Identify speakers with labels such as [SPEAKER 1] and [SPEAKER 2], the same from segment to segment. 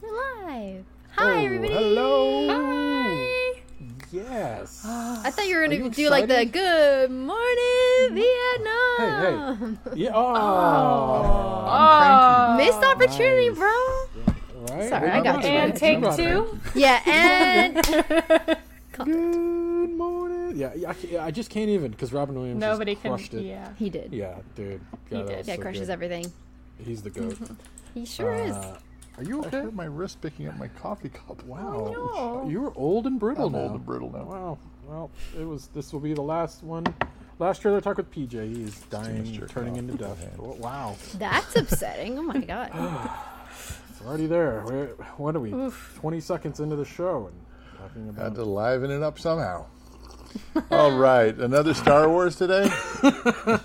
[SPEAKER 1] We're live. Hi,
[SPEAKER 2] Oh,
[SPEAKER 1] everybody.
[SPEAKER 2] Hello.
[SPEAKER 1] Hi. Uh,
[SPEAKER 2] Yes.
[SPEAKER 1] I thought you were
[SPEAKER 2] Are
[SPEAKER 1] gonna
[SPEAKER 2] you
[SPEAKER 1] do like the
[SPEAKER 2] excited?
[SPEAKER 1] good
[SPEAKER 2] Mm-hmm.
[SPEAKER 1] morning Vietnam.
[SPEAKER 2] yeah. Oh.
[SPEAKER 1] Missed opportunity,
[SPEAKER 2] Nice.
[SPEAKER 1] bro.
[SPEAKER 2] Right.
[SPEAKER 1] Sorry, I
[SPEAKER 2] Well,
[SPEAKER 1] got
[SPEAKER 2] that's
[SPEAKER 1] you. And
[SPEAKER 2] right. You
[SPEAKER 3] Uh, take
[SPEAKER 2] got
[SPEAKER 3] two.
[SPEAKER 1] Yeah, and
[SPEAKER 2] it. Good morning. Yeah, yeah I, ca- I just can't even because Robin Williams just
[SPEAKER 3] Nobody can.
[SPEAKER 2] crushed it.
[SPEAKER 3] Yeah.
[SPEAKER 1] he did.
[SPEAKER 2] Yeah, dude. God, that
[SPEAKER 3] did.
[SPEAKER 2] was
[SPEAKER 1] Yeah,
[SPEAKER 2] so
[SPEAKER 1] crushes Mm-hmm.
[SPEAKER 2] good.
[SPEAKER 1] everything.
[SPEAKER 2] He's the goat.
[SPEAKER 1] He sure is.
[SPEAKER 2] Uh, are you
[SPEAKER 4] I
[SPEAKER 2] okay?
[SPEAKER 4] hurt my wrist picking up my coffee cup.
[SPEAKER 2] Wow. You were old and brittle
[SPEAKER 4] I'm
[SPEAKER 2] now.
[SPEAKER 4] old and brittle now.
[SPEAKER 2] Wow. Well, it was. This will be the last one. Last trailer talk with PJ. He is dying,
[SPEAKER 4] jerking
[SPEAKER 2] turning
[SPEAKER 4] off
[SPEAKER 2] into
[SPEAKER 4] with
[SPEAKER 2] death.
[SPEAKER 4] my
[SPEAKER 2] Wow.
[SPEAKER 1] That's upsetting. Oh my god.
[SPEAKER 2] We're already there. We're, what are we? 20 seconds into the show and talking
[SPEAKER 4] Had
[SPEAKER 2] about.
[SPEAKER 4] to liven it up somehow. All right, another Star Wars today.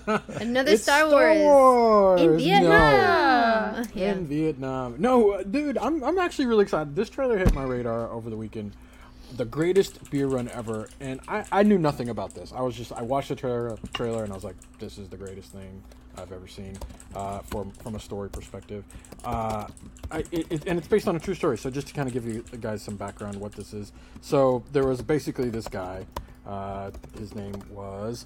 [SPEAKER 1] Another
[SPEAKER 2] It's
[SPEAKER 1] Star Wars. In
[SPEAKER 2] No.
[SPEAKER 1] Vietnam. Yeah.
[SPEAKER 2] In Vietnam. No, uh, dude, I'm, I'm actually really excited. This trailer hit my radar over the weekend. The greatest beer run ever. And I, I knew nothing about this. I was just, I watched the trailer, trailer and I was like, this is the greatest thing I've ever seen uh, from, from a story perspective. Uh, I, it, it- and it's based on a true story. So just to kind of give you guys some background what this is. So there was basically this guy. Uh, his name was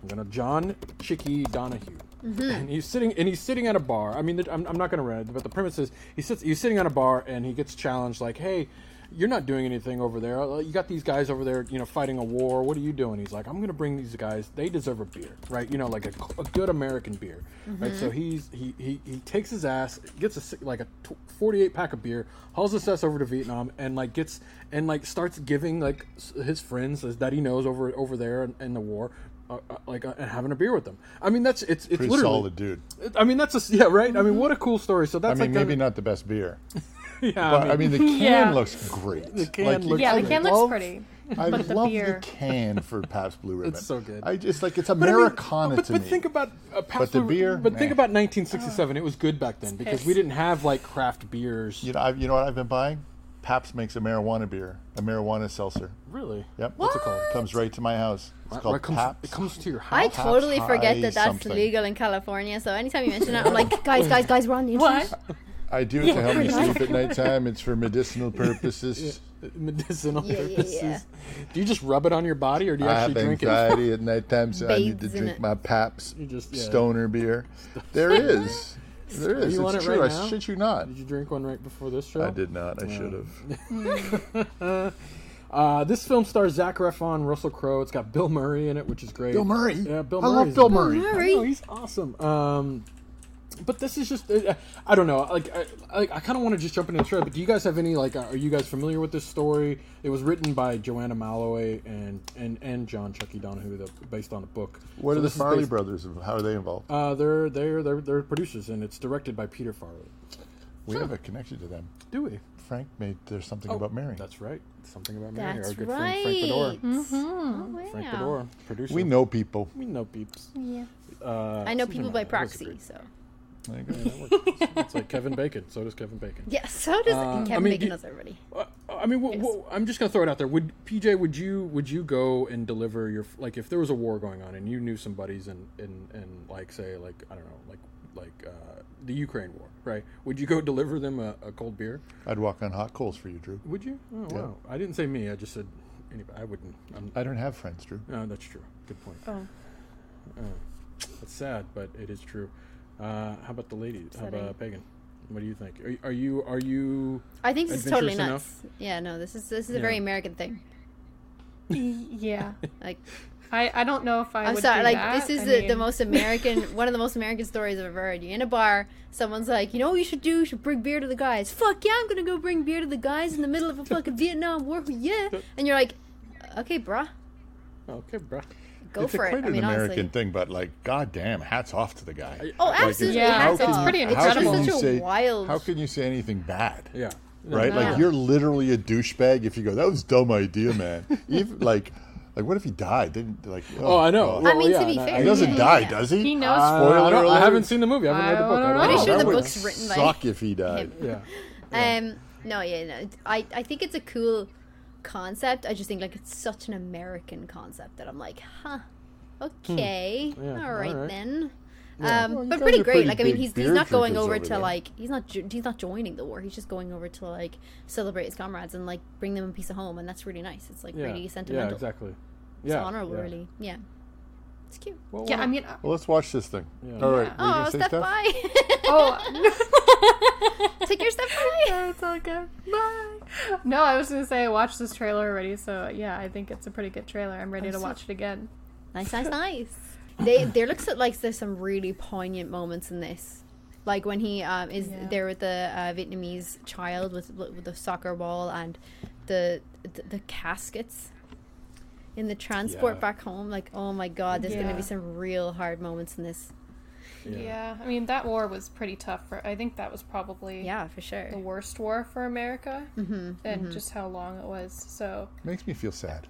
[SPEAKER 2] I'm gonna John Chicky Donahue, and he's sitting and he's sitting at a bar. I mean, th- I'm, I'm not gonna read it, but the premise is he sits he's sitting at a bar and he gets challenged like, "Hey, you're not doing anything over there. Uh, You got these guys over there, you know, fighting a war. What are you doing?" He's like, "I'm gonna bring these guys. They deserve a beer, right? You know, like a, a good American beer, right?" So he's he, he he takes his ass, gets a si- like a tw 48 pack of beer, hauls his ass over to Vietnam, and like gets and like starts giving like s- his friends that he knows over over there in, in the war uh, uh, like uh, and having a beer with them. I mean, that's it's it's
[SPEAKER 4] Pretty
[SPEAKER 2] literally.
[SPEAKER 4] solid dude.
[SPEAKER 2] I mean, that's a yeah, right. I mean, what a cool story. So
[SPEAKER 4] I
[SPEAKER 2] that's
[SPEAKER 4] mean,
[SPEAKER 2] like
[SPEAKER 4] maybe not the best beer,
[SPEAKER 2] not. Yeah,
[SPEAKER 4] but I mean, the can
[SPEAKER 3] Yeah.
[SPEAKER 4] looks great.
[SPEAKER 2] The can
[SPEAKER 4] you-
[SPEAKER 2] looks
[SPEAKER 3] Yeah, the
[SPEAKER 2] I
[SPEAKER 3] can
[SPEAKER 4] love-
[SPEAKER 3] looks pretty.
[SPEAKER 4] I
[SPEAKER 3] but the
[SPEAKER 4] love
[SPEAKER 3] beer-
[SPEAKER 4] can for Pabst Blue Ribbon.
[SPEAKER 2] so good.
[SPEAKER 4] I just like it's
[SPEAKER 2] But I mean,
[SPEAKER 4] Americana
[SPEAKER 2] but,
[SPEAKER 4] to
[SPEAKER 2] but
[SPEAKER 4] me.
[SPEAKER 2] think about uh, Pabst
[SPEAKER 4] the
[SPEAKER 2] Blue-
[SPEAKER 4] beer, eh.
[SPEAKER 2] But think
[SPEAKER 4] nah.
[SPEAKER 2] about 1967. It was good back then because we
[SPEAKER 3] piss.
[SPEAKER 2] didn't have like craft beers.
[SPEAKER 4] you know, I, you know what I've been buying? Pabst makes a marijuana beer, a marijuana seltzer.
[SPEAKER 2] Really?
[SPEAKER 4] Yep.
[SPEAKER 2] What's it called?
[SPEAKER 4] Comes right to my house. It's
[SPEAKER 2] Right-
[SPEAKER 4] called
[SPEAKER 2] right comes-
[SPEAKER 4] Pabst.
[SPEAKER 2] It comes to your
[SPEAKER 1] I
[SPEAKER 2] house.
[SPEAKER 1] totally
[SPEAKER 4] High
[SPEAKER 1] forget that that's
[SPEAKER 4] something.
[SPEAKER 1] legal in California. So anytime you mention it, I'm like, guys, guys, guys, we're on the internet.
[SPEAKER 3] What?
[SPEAKER 4] I do it to help me sleep at nighttime. It's for medicinal purposes.
[SPEAKER 2] medicinal
[SPEAKER 1] Yeah, yeah, yeah.
[SPEAKER 2] purposes. Do you just rub it on your body, or do you
[SPEAKER 4] I have
[SPEAKER 2] actually drink it?
[SPEAKER 4] anxiety at nighttime, so I need to
[SPEAKER 1] Bathes in
[SPEAKER 4] drink
[SPEAKER 1] it.
[SPEAKER 4] my Pabst
[SPEAKER 2] just- yeah.
[SPEAKER 4] Stoner beer. There is, there is.
[SPEAKER 2] you on
[SPEAKER 4] it's
[SPEAKER 2] it right
[SPEAKER 4] true.
[SPEAKER 2] now?
[SPEAKER 4] I shit you not.
[SPEAKER 2] Did you drink one right before this show?
[SPEAKER 4] I did not. I should have.
[SPEAKER 2] Uh, this film stars Zach Efron, Russell Crowe. It's got Bill Murray in it, which is great.
[SPEAKER 4] Bill Murray.
[SPEAKER 2] Yeah, Bill
[SPEAKER 4] I
[SPEAKER 2] Murray.
[SPEAKER 4] love Bill Murray.
[SPEAKER 1] Murray.
[SPEAKER 2] No, he's awesome. Um, but this is just, uh, I don't know. Like, I, like, I kind of want to just jump into the trailer. But do you guys have any like? uh, Are you guys familiar with this story? It was written by Joanna Malloway and and and John Chucky Donahue, the, based on a book. So
[SPEAKER 4] What are the
[SPEAKER 2] this is
[SPEAKER 4] Farley
[SPEAKER 2] based-
[SPEAKER 4] brothers? and How are they involved?
[SPEAKER 2] Uh, they're they're they're they're producers, and it's directed by Peter Farley.
[SPEAKER 4] we have a connection to them.
[SPEAKER 2] Do we?
[SPEAKER 4] Frank made there's something about Mary.
[SPEAKER 2] Oh, That's right. Something about Mary.
[SPEAKER 1] That's
[SPEAKER 2] Our good
[SPEAKER 1] right.
[SPEAKER 2] friend Frank Bedore.
[SPEAKER 1] Oh,
[SPEAKER 2] Frank
[SPEAKER 1] wow.
[SPEAKER 2] Bedore, producer.
[SPEAKER 4] We know people.
[SPEAKER 2] We know peeps.
[SPEAKER 3] Yeah.
[SPEAKER 2] Uh,
[SPEAKER 1] I know people by
[SPEAKER 2] that was a
[SPEAKER 1] proxy,
[SPEAKER 2] great-
[SPEAKER 1] so.
[SPEAKER 4] There you go.
[SPEAKER 2] it's like Kevin Bacon. So does Kevin Bacon.
[SPEAKER 1] Yeah, so does
[SPEAKER 4] Um,
[SPEAKER 1] Kevin
[SPEAKER 2] I mean,
[SPEAKER 1] Bacon
[SPEAKER 2] do-
[SPEAKER 1] does everybody.
[SPEAKER 2] Uh, I mean, wh- wh- I'm just gonna throw it out there. Would PJ? Would you? Would you go and deliver your like if there was a war going on and you knew some buddies and and and like say like I don't know like like uh, the Ukraine war, right? Would you go deliver them a, a cold beer?
[SPEAKER 4] I'd walk on hot coals for you, Drew.
[SPEAKER 2] Would you? Oh wow! I didn't say me. I just said anybody. I wouldn't. I'm,
[SPEAKER 4] I don't have friends, Drew.
[SPEAKER 2] no, that's true. Good point. Oh. That's sad, but it is true. Uh, how about the lady? How about Pagan? What do you think? Are, you- are you are you?
[SPEAKER 1] I think this is totally
[SPEAKER 2] adventurous
[SPEAKER 1] nuts. Yeah, no, this is this is a very American thing.
[SPEAKER 3] Yeah.
[SPEAKER 1] Like,
[SPEAKER 3] I, I don't know if I.
[SPEAKER 1] I'm
[SPEAKER 3] would
[SPEAKER 1] sorry.
[SPEAKER 3] do
[SPEAKER 1] Like
[SPEAKER 3] that.
[SPEAKER 1] this is
[SPEAKER 3] I
[SPEAKER 1] the, the
[SPEAKER 3] mean,
[SPEAKER 1] most American, one of the most American stories I've ever heard. You're in a bar. Someone's like, you know what you should do? You should bring beer to the guys. Fuck yeah, I'm gonna go bring beer to the guys in the middle of a fucking Vietnam War. Yeah. And you're like, okay, bruh,
[SPEAKER 2] Okay, bruh.
[SPEAKER 1] go
[SPEAKER 4] it's
[SPEAKER 1] for
[SPEAKER 4] quite
[SPEAKER 1] it. I
[SPEAKER 4] an
[SPEAKER 1] mean,
[SPEAKER 4] American
[SPEAKER 1] honestly.
[SPEAKER 4] thing, but like, goddamn, hats off to the guy.
[SPEAKER 1] Oh,
[SPEAKER 4] Like,
[SPEAKER 1] absolutely.
[SPEAKER 3] Yeah,
[SPEAKER 1] hats
[SPEAKER 3] it's
[SPEAKER 1] off.
[SPEAKER 3] pretty
[SPEAKER 4] how
[SPEAKER 3] incredible.
[SPEAKER 4] can you
[SPEAKER 1] Such a
[SPEAKER 4] say,
[SPEAKER 1] wild-
[SPEAKER 4] How can you say anything bad?
[SPEAKER 2] Yeah.
[SPEAKER 4] Right?
[SPEAKER 1] Yeah.
[SPEAKER 4] Like you're literally a douchebag if you go, that was a dumb idea, man. Even like like what if he died? Didn't like
[SPEAKER 2] Oh, I know.
[SPEAKER 4] God.
[SPEAKER 2] Well,
[SPEAKER 1] mean, to
[SPEAKER 2] yeah,
[SPEAKER 1] be
[SPEAKER 2] and I-
[SPEAKER 1] fair,
[SPEAKER 4] he doesn't
[SPEAKER 1] Yeah.
[SPEAKER 4] die, does he?
[SPEAKER 3] He knows-
[SPEAKER 2] Uh, I,
[SPEAKER 4] Spoiler
[SPEAKER 2] don't- I
[SPEAKER 4] alert.
[SPEAKER 2] haven't seen the movie. I haven't read the
[SPEAKER 3] I
[SPEAKER 2] book. I
[SPEAKER 3] don't know.
[SPEAKER 2] don't
[SPEAKER 1] Pretty
[SPEAKER 2] know.
[SPEAKER 1] sure
[SPEAKER 4] that
[SPEAKER 1] the
[SPEAKER 4] would
[SPEAKER 1] book's written by-
[SPEAKER 4] suck if he died.
[SPEAKER 2] Yeah.
[SPEAKER 1] Um, no, yeah, no. it's- I, I think it's a cool concept. I just think like it's such an American concept that I'm like, huh, okay,
[SPEAKER 2] Hmm. Yeah,
[SPEAKER 1] all right
[SPEAKER 2] alright.
[SPEAKER 1] then. Um,
[SPEAKER 4] Well, you
[SPEAKER 1] but pretty
[SPEAKER 4] guys are
[SPEAKER 1] great.
[SPEAKER 4] pretty
[SPEAKER 1] like I mean,
[SPEAKER 4] big
[SPEAKER 1] he's
[SPEAKER 4] beer
[SPEAKER 1] he's not going
[SPEAKER 4] drinkers
[SPEAKER 1] over,
[SPEAKER 4] over
[SPEAKER 1] to
[SPEAKER 4] there.
[SPEAKER 1] like he's not jo- he's not joining the war. He's just going over to like celebrate his comrades and like bring them a piece of home, and that's really nice. It's like
[SPEAKER 2] Yeah.
[SPEAKER 1] really
[SPEAKER 2] Yeah,
[SPEAKER 1] sentimental.
[SPEAKER 2] exactly.
[SPEAKER 1] It's
[SPEAKER 2] Yeah.
[SPEAKER 1] honorable,
[SPEAKER 2] yeah.
[SPEAKER 1] really. Yeah, it's cute.
[SPEAKER 2] Well,
[SPEAKER 3] Yeah,
[SPEAKER 2] well,
[SPEAKER 3] I mean, uh,
[SPEAKER 4] Well let's watch this thing.
[SPEAKER 2] Yeah.
[SPEAKER 4] All right. were you
[SPEAKER 1] Oh,
[SPEAKER 4] gonna say
[SPEAKER 1] step
[SPEAKER 4] stuff?
[SPEAKER 1] by.
[SPEAKER 3] oh.
[SPEAKER 1] Take your step by.
[SPEAKER 3] Yeah, it's all good. Bye. No, I was gonna say I watched this trailer already, so yeah, I think it's a pretty good trailer. I'm ready to watch it again.
[SPEAKER 1] Nice, nice, nice. They there looks at like there's some really poignant moments in this, like when he um, is
[SPEAKER 3] Yeah.
[SPEAKER 1] there with the uh, Vietnamese child with with the soccer ball and the the, the caskets in the transport
[SPEAKER 2] Yeah.
[SPEAKER 1] back home. Like oh my god, there's gonna
[SPEAKER 3] Yeah.
[SPEAKER 1] be some real hard moments in this.
[SPEAKER 3] Yeah. I mean that war was pretty tough. For I think that was probably
[SPEAKER 1] Yeah, for sure.
[SPEAKER 3] the worst war for America, mm-hmm, and just how long it was. So
[SPEAKER 4] Makes me feel sad.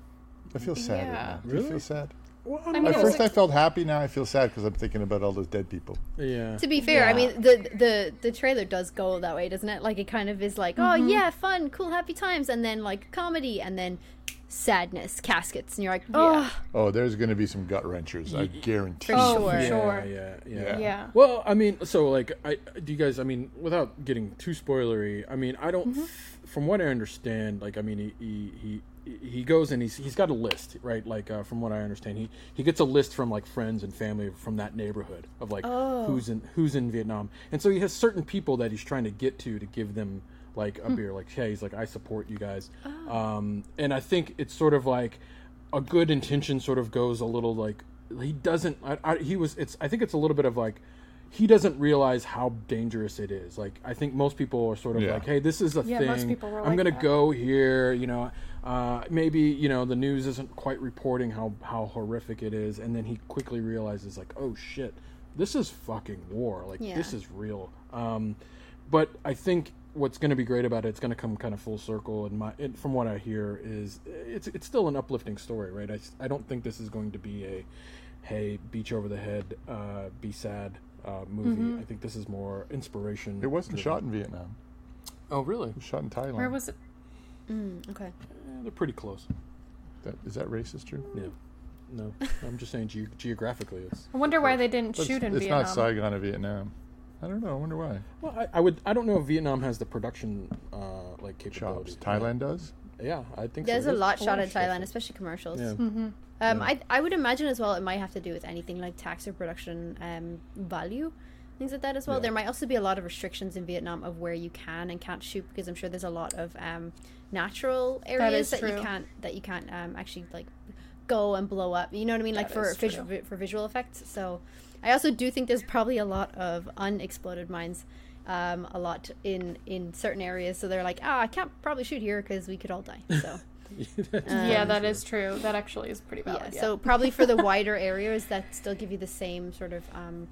[SPEAKER 4] I feel sad
[SPEAKER 3] Yeah.
[SPEAKER 4] right now. Do you
[SPEAKER 2] Really?
[SPEAKER 4] feel sad?
[SPEAKER 2] Well,
[SPEAKER 3] I
[SPEAKER 2] I'm
[SPEAKER 3] mean,
[SPEAKER 4] At
[SPEAKER 3] it
[SPEAKER 4] first
[SPEAKER 3] was
[SPEAKER 4] I felt happy, now I feel sad because I'm thinking about all those dead people.
[SPEAKER 2] yeah.
[SPEAKER 1] To be fair, I
[SPEAKER 4] Yeah.
[SPEAKER 1] mean the the the trailer does go that way, doesn't it? Like it kind of is like,
[SPEAKER 3] Mm-hmm.
[SPEAKER 1] oh yeah, fun, cool, happy times, and then like comedy, and then sadness, caskets, and you're like, oh,
[SPEAKER 4] Oh, there's gonna be some gut wrenchers, I guarantee.
[SPEAKER 1] Oh,
[SPEAKER 3] sure.
[SPEAKER 1] yeah,
[SPEAKER 3] sure.
[SPEAKER 2] Yeah, yeah,
[SPEAKER 4] Yeah.
[SPEAKER 2] yeah.
[SPEAKER 3] Yeah.
[SPEAKER 2] Well, I mean, so like, I do you guys? I mean, without getting too spoilery, I mean, I don't. From what I understand, like, I mean, he he he, he goes and he's he's got a list, right? Like, uh, from what I understand, he he gets a list from like friends and family from that neighborhood of like who's in who's in Vietnam, and so he has certain people that he's trying to get to to give them like a beer, like, hey, he's like, I support you guys, um, and I think it's sort of like a good intention sort of goes a little like he doesn't I, I, he was it's i think it's a little bit of like he doesn't realize how dangerous it is like i think most people are sort of
[SPEAKER 4] Yeah.
[SPEAKER 2] like hey this is a
[SPEAKER 3] Yeah,
[SPEAKER 2] thing
[SPEAKER 3] most people were
[SPEAKER 2] i'm
[SPEAKER 3] like
[SPEAKER 2] gonna
[SPEAKER 3] that.
[SPEAKER 2] go here you know uh, maybe you know the news isn't quite reporting how how horrific it is and then he quickly realizes like oh shit this is fucking war like
[SPEAKER 1] Yeah.
[SPEAKER 2] this is real um but I think what's going to be great about it, it's going to come kind of full circle. And my, and from what I hear, is it's it's still an uplifting story, right? I, s- I don't think this is going to be a hey beach over the head, uh, be sad uh, movie.
[SPEAKER 1] Mm-hmm.
[SPEAKER 2] I think this is more inspiration.
[SPEAKER 4] It wasn't shot in Vietnam.
[SPEAKER 2] Oh, really?
[SPEAKER 4] It was shot in Thailand.
[SPEAKER 3] where was it?
[SPEAKER 1] okay.
[SPEAKER 2] Yeah, they're pretty close.
[SPEAKER 4] That, is that racist, Drew?
[SPEAKER 2] Yeah. No, I'm just saying ge- geographically, it's.
[SPEAKER 3] I wonder why they didn't
[SPEAKER 4] But
[SPEAKER 3] shoot
[SPEAKER 4] it's,
[SPEAKER 3] in
[SPEAKER 4] it's
[SPEAKER 3] Vietnam.
[SPEAKER 4] not Saigon or Vietnam. I don't know. I wonder why.
[SPEAKER 2] Well, I, I would. I don't know if Vietnam has the production uh, like capability.
[SPEAKER 4] Chops. Thailand does.
[SPEAKER 2] Yeah, I think so. Oh,
[SPEAKER 1] There's a lot shot in
[SPEAKER 2] stuff.
[SPEAKER 1] Thailand, especially commercials.
[SPEAKER 2] Yeah.
[SPEAKER 3] Mm-hmm.
[SPEAKER 1] Um, I, I would imagine as well it might have to do with anything like tax or production um, value, things like that as well. There might also be a lot of restrictions in Vietnam of where you can and can't shoot because I'm sure there's a lot of um, natural areas
[SPEAKER 3] is
[SPEAKER 1] that, you
[SPEAKER 3] true.
[SPEAKER 1] can't that you can't um, actually like go and blow up. You know what I mean? Like for
[SPEAKER 3] is
[SPEAKER 1] visual, for visual effects. So I also do think there's probably a lot of unexploded mines. Um, a lot in in certain areas, so they're like, ah, I can't probably shoot here because we could all die. So
[SPEAKER 3] yeah, that is true. That actually is pretty
[SPEAKER 1] Oh, yeah,
[SPEAKER 3] valid. Yeah.
[SPEAKER 1] so probably for the wider areas that still give you the same sort of um,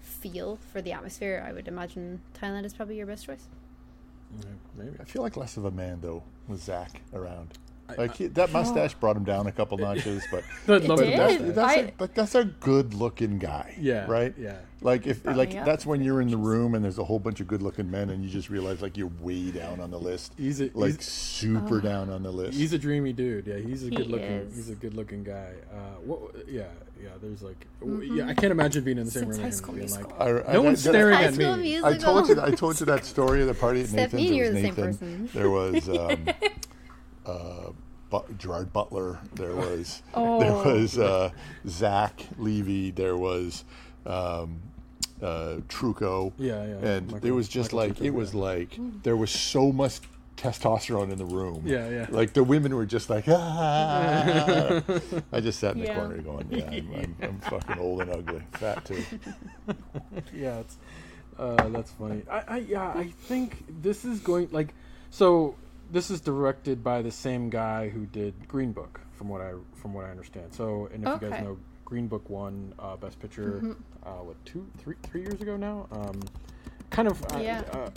[SPEAKER 1] feel for the atmosphere, I would imagine Thailand is probably your best choice.
[SPEAKER 2] Yeah, maybe.
[SPEAKER 4] I feel like less of a man though with Zach around. Like he, that mustache brought him down a couple notches, but
[SPEAKER 2] I'd love
[SPEAKER 3] Oh. It
[SPEAKER 2] to
[SPEAKER 3] did.
[SPEAKER 2] watch that.
[SPEAKER 3] It
[SPEAKER 4] that's,
[SPEAKER 3] is.
[SPEAKER 4] that's,
[SPEAKER 3] I-
[SPEAKER 4] a, like, that's a good-looking guy.
[SPEAKER 2] Yeah,
[SPEAKER 4] Right.
[SPEAKER 2] yeah.
[SPEAKER 4] Like if
[SPEAKER 3] me
[SPEAKER 4] like
[SPEAKER 3] up.
[SPEAKER 4] that's when you're in the room and there's a whole bunch of good-looking men and you just realize like you're way down on the list.
[SPEAKER 2] He's a-
[SPEAKER 4] like
[SPEAKER 2] he's-
[SPEAKER 4] super
[SPEAKER 3] Oh.
[SPEAKER 4] down on the list.
[SPEAKER 2] He's a dreamy dude. Yeah, he's a good looking.
[SPEAKER 3] is.
[SPEAKER 2] He's a good looking guy. Uh, what? Yeah, yeah. There's like, w yeah. I can't imagine being in the same
[SPEAKER 3] Mm-hmm.
[SPEAKER 2] room
[SPEAKER 3] Since High
[SPEAKER 2] as him
[SPEAKER 3] School
[SPEAKER 2] and being like,
[SPEAKER 3] Musical.
[SPEAKER 4] I- I-
[SPEAKER 2] no one's
[SPEAKER 4] that-
[SPEAKER 2] staring
[SPEAKER 1] High
[SPEAKER 2] at
[SPEAKER 1] School
[SPEAKER 2] me.
[SPEAKER 4] I told you.
[SPEAKER 1] Musical.
[SPEAKER 4] I told you that story of the party at Nathan's.
[SPEAKER 1] Stephanie,
[SPEAKER 4] It
[SPEAKER 1] you're
[SPEAKER 4] was
[SPEAKER 1] the same
[SPEAKER 4] Nathan. There was um, uh, but Gerard Butler. There was there was uh, Zach Levy. There was um, uh, Truco.
[SPEAKER 2] Yeah, yeah,
[SPEAKER 4] And
[SPEAKER 2] Michael-
[SPEAKER 4] it was just
[SPEAKER 2] Michael
[SPEAKER 4] like
[SPEAKER 2] Trucco,
[SPEAKER 4] it was like there was so much testosterone in the room.
[SPEAKER 2] Yeah, yeah.
[SPEAKER 4] Like the women were just like, ah. I just sat in the
[SPEAKER 3] Yeah.
[SPEAKER 4] corner going, yeah, I'm, I'm, I'm fucking old and ugly, fat too.
[SPEAKER 2] yeah, it's, uh, that's funny. I, I yeah, I think this is going like, so this is directed by the same guy who did Green Book, from what I from what I understand. So, and if you guys
[SPEAKER 3] Okay. Mm-hmm.
[SPEAKER 2] know, Green Book won uh, Best Picture, uh, what two, three, three years ago now. Um, kind of, uh,
[SPEAKER 3] Yeah.
[SPEAKER 2] uh,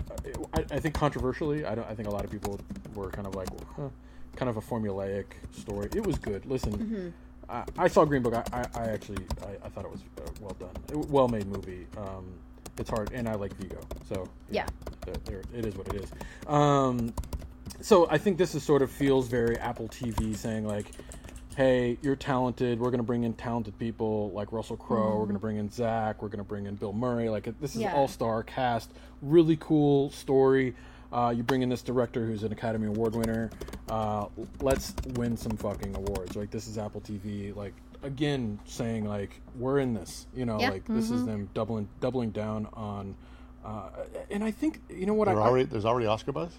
[SPEAKER 2] I, I think controversially, I don't. I think a lot of people were kind of like, huh, kind of a formulaic story. It was good. Listen.
[SPEAKER 1] Mm-hmm.
[SPEAKER 2] I I saw Green Book. I, I, I actually I, I thought it was uh, well done, It w- well made movie. Um, it's hard, and I like Vigo, so
[SPEAKER 1] Yeah.
[SPEAKER 2] there, there, it is what it is. Um, so I think this is sort of feels very Apple TV saying like, "Hey, you're talented. We're gonna bring in talented people like Russell Crowe. We're gonna bring in Zach. We're gonna bring in Bill Murray. Like it- this is
[SPEAKER 1] Mm-hmm. Yeah.
[SPEAKER 2] all star cast. Really cool story. Uh, you bring in this director who's an Academy Award winner. Uh, let's win some fucking awards. Like this is Apple TV. Like again, saying like we're in this. You know,
[SPEAKER 1] Yeah. Mm-hmm.
[SPEAKER 2] like this is them doubling doubling down on. Uh, and I think you know what
[SPEAKER 4] There
[SPEAKER 2] I, I
[SPEAKER 4] already, there's already Oscar buzz?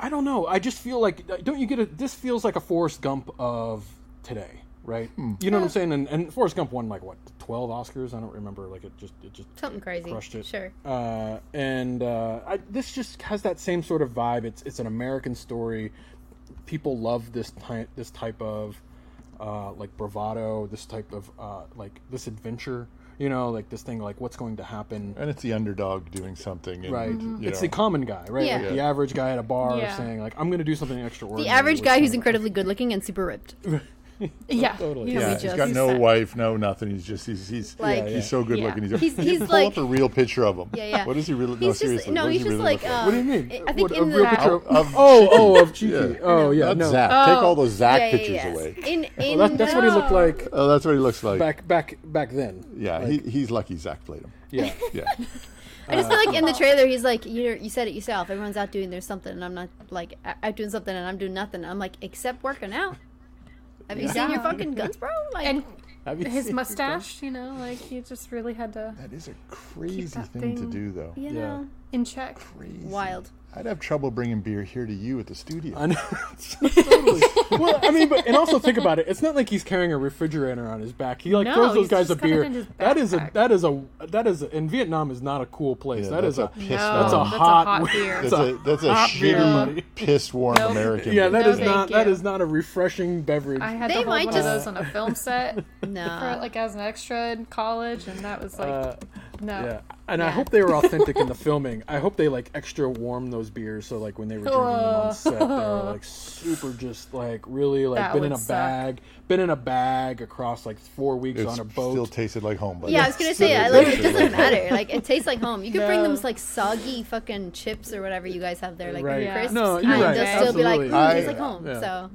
[SPEAKER 2] I don't know. I just feel like don't you get a this feels like a Forrest Gump of today, right? You know what I'm saying? And, and Forrest Gump won like what twelve Oscars? I don't remember. Like it just it just
[SPEAKER 1] Something crazy.
[SPEAKER 2] crushed it.
[SPEAKER 1] Sure.
[SPEAKER 2] Uh, and uh, I, this just has that same sort of vibe. It's it's an American story. People love this type this type of uh, like bravado. This type of uh, like this adventure. You know, like this thing like what's going to happen.
[SPEAKER 4] And it's the underdog doing something. And,
[SPEAKER 2] Right,
[SPEAKER 4] you
[SPEAKER 2] it's
[SPEAKER 4] know,
[SPEAKER 2] the common guy,
[SPEAKER 1] Mm-hmm.
[SPEAKER 2] right?
[SPEAKER 1] Yeah.
[SPEAKER 2] Like the average guy at a bar
[SPEAKER 3] Yeah.
[SPEAKER 2] saying, like, "I'm going to do something extraordinary."
[SPEAKER 1] The average
[SPEAKER 2] with
[SPEAKER 1] guy who's
[SPEAKER 2] someone."
[SPEAKER 1] incredibly good looking and super ripped.
[SPEAKER 3] Yeah.
[SPEAKER 2] "Oh, Totally.
[SPEAKER 3] He's
[SPEAKER 4] yeah,
[SPEAKER 3] like,
[SPEAKER 4] he's
[SPEAKER 1] just-
[SPEAKER 4] got no
[SPEAKER 3] he's-
[SPEAKER 4] wife, no nothing. He's just he's he's
[SPEAKER 1] Like-
[SPEAKER 4] he's so good
[SPEAKER 1] yeah.
[SPEAKER 4] looking. He's,
[SPEAKER 1] He's-
[SPEAKER 4] you
[SPEAKER 1] he's
[SPEAKER 4] can pull
[SPEAKER 1] like-
[SPEAKER 4] up a real picture of him.
[SPEAKER 1] Yeah, yeah.
[SPEAKER 4] What is he really?
[SPEAKER 1] He's
[SPEAKER 4] no,
[SPEAKER 1] just
[SPEAKER 4] seriously.
[SPEAKER 1] no.
[SPEAKER 4] what
[SPEAKER 1] He's
[SPEAKER 4] does he
[SPEAKER 1] just
[SPEAKER 4] really
[SPEAKER 1] like.
[SPEAKER 4] look
[SPEAKER 1] Uh,
[SPEAKER 2] What do you mean?
[SPEAKER 1] I- I think
[SPEAKER 2] What,
[SPEAKER 1] in
[SPEAKER 2] a
[SPEAKER 1] the
[SPEAKER 2] real picture of,
[SPEAKER 4] Of- of
[SPEAKER 2] oh,
[SPEAKER 4] Cheeky.
[SPEAKER 2] oh, of Cheeky. Oh, yeah,
[SPEAKER 4] Not
[SPEAKER 2] no.
[SPEAKER 4] Zach. Take all those Zach
[SPEAKER 1] yeah, yeah,
[SPEAKER 4] pictures
[SPEAKER 1] yeah.
[SPEAKER 4] away.
[SPEAKER 1] In in
[SPEAKER 2] That, that's what he looked
[SPEAKER 1] uh,
[SPEAKER 2] like
[SPEAKER 4] Oh, that's what he looks like.
[SPEAKER 2] back back back then.
[SPEAKER 4] yeah, he, he's lucky Zach played him.
[SPEAKER 2] Yeah.
[SPEAKER 4] Yeah.
[SPEAKER 1] I just feel like in the trailer he's like, you you said it yourself. Everyone's out doing their something, and I'm not like o- out doing something, and I'm doing nothing. I'm like, except working out. Have you seen your fucking guns, bro? Like,
[SPEAKER 3] And
[SPEAKER 2] Have you
[SPEAKER 3] his
[SPEAKER 2] seen-
[SPEAKER 3] mustache, you know, like he just really had to
[SPEAKER 4] that is a crazy
[SPEAKER 3] that
[SPEAKER 4] thing to
[SPEAKER 3] thing-
[SPEAKER 4] do, though.
[SPEAKER 1] you
[SPEAKER 2] Yeah.
[SPEAKER 1] know,
[SPEAKER 3] in check.
[SPEAKER 4] Crazy.
[SPEAKER 1] wild.
[SPEAKER 4] I'd have trouble bringing beer here to you at the studio.
[SPEAKER 2] I know. Totally. Well, I mean, but and also think about it. It's not like he's carrying a refrigerator on his back. He like
[SPEAKER 3] No,
[SPEAKER 2] throws those
[SPEAKER 3] he's
[SPEAKER 2] guys a
[SPEAKER 3] just got it
[SPEAKER 2] beer.
[SPEAKER 3] in his
[SPEAKER 2] That is a
[SPEAKER 3] backpack.
[SPEAKER 2] that is a that is a, and Vietnam is not a cool place.
[SPEAKER 4] Yeah,
[SPEAKER 2] that is a,
[SPEAKER 4] pissed
[SPEAKER 3] No,
[SPEAKER 2] that's a
[SPEAKER 4] warm-
[SPEAKER 3] that's a
[SPEAKER 2] hot,
[SPEAKER 3] hot beer.
[SPEAKER 4] that's a that's a
[SPEAKER 2] hot beer,
[SPEAKER 4] shitty,
[SPEAKER 2] buddy.
[SPEAKER 4] piss warm
[SPEAKER 3] Nope.
[SPEAKER 4] American.
[SPEAKER 2] yeah.
[SPEAKER 4] beer.
[SPEAKER 2] That is
[SPEAKER 3] No,
[SPEAKER 2] not
[SPEAKER 3] thank
[SPEAKER 2] that
[SPEAKER 3] you.
[SPEAKER 2] is not a refreshing beverage.
[SPEAKER 3] I had
[SPEAKER 1] They
[SPEAKER 3] to hold
[SPEAKER 1] might
[SPEAKER 3] one of
[SPEAKER 1] just-
[SPEAKER 3] those on a film set for
[SPEAKER 1] Nah.
[SPEAKER 3] like as an extra in college, and that was like
[SPEAKER 2] Uh,
[SPEAKER 3] no.
[SPEAKER 2] Yeah, and I
[SPEAKER 1] Yeah.
[SPEAKER 2] hope they were authentic in the filming. I hope they like extra warm those beers, so like when they were drinking them on set, they were like super, just like really like
[SPEAKER 3] That
[SPEAKER 2] been in
[SPEAKER 3] would
[SPEAKER 2] a
[SPEAKER 3] suck.
[SPEAKER 2] bag, been in a bag across like four weeks
[SPEAKER 4] It's
[SPEAKER 2] on a boat.
[SPEAKER 4] still tasted like home, buddy.
[SPEAKER 1] Yeah, I was gonna say, I like it doesn't matter. Like it tastes like home. You could bring them
[SPEAKER 3] No.
[SPEAKER 1] like soggy fucking chips or whatever you guys have there, like
[SPEAKER 2] Right.
[SPEAKER 3] Yeah.
[SPEAKER 1] crisps,
[SPEAKER 2] No, you're
[SPEAKER 1] and
[SPEAKER 3] right.
[SPEAKER 1] they'll still be like,
[SPEAKER 2] Absolutely.
[SPEAKER 1] "Ooh, it tastes
[SPEAKER 4] I-
[SPEAKER 1] like home."
[SPEAKER 2] yeah.
[SPEAKER 1] So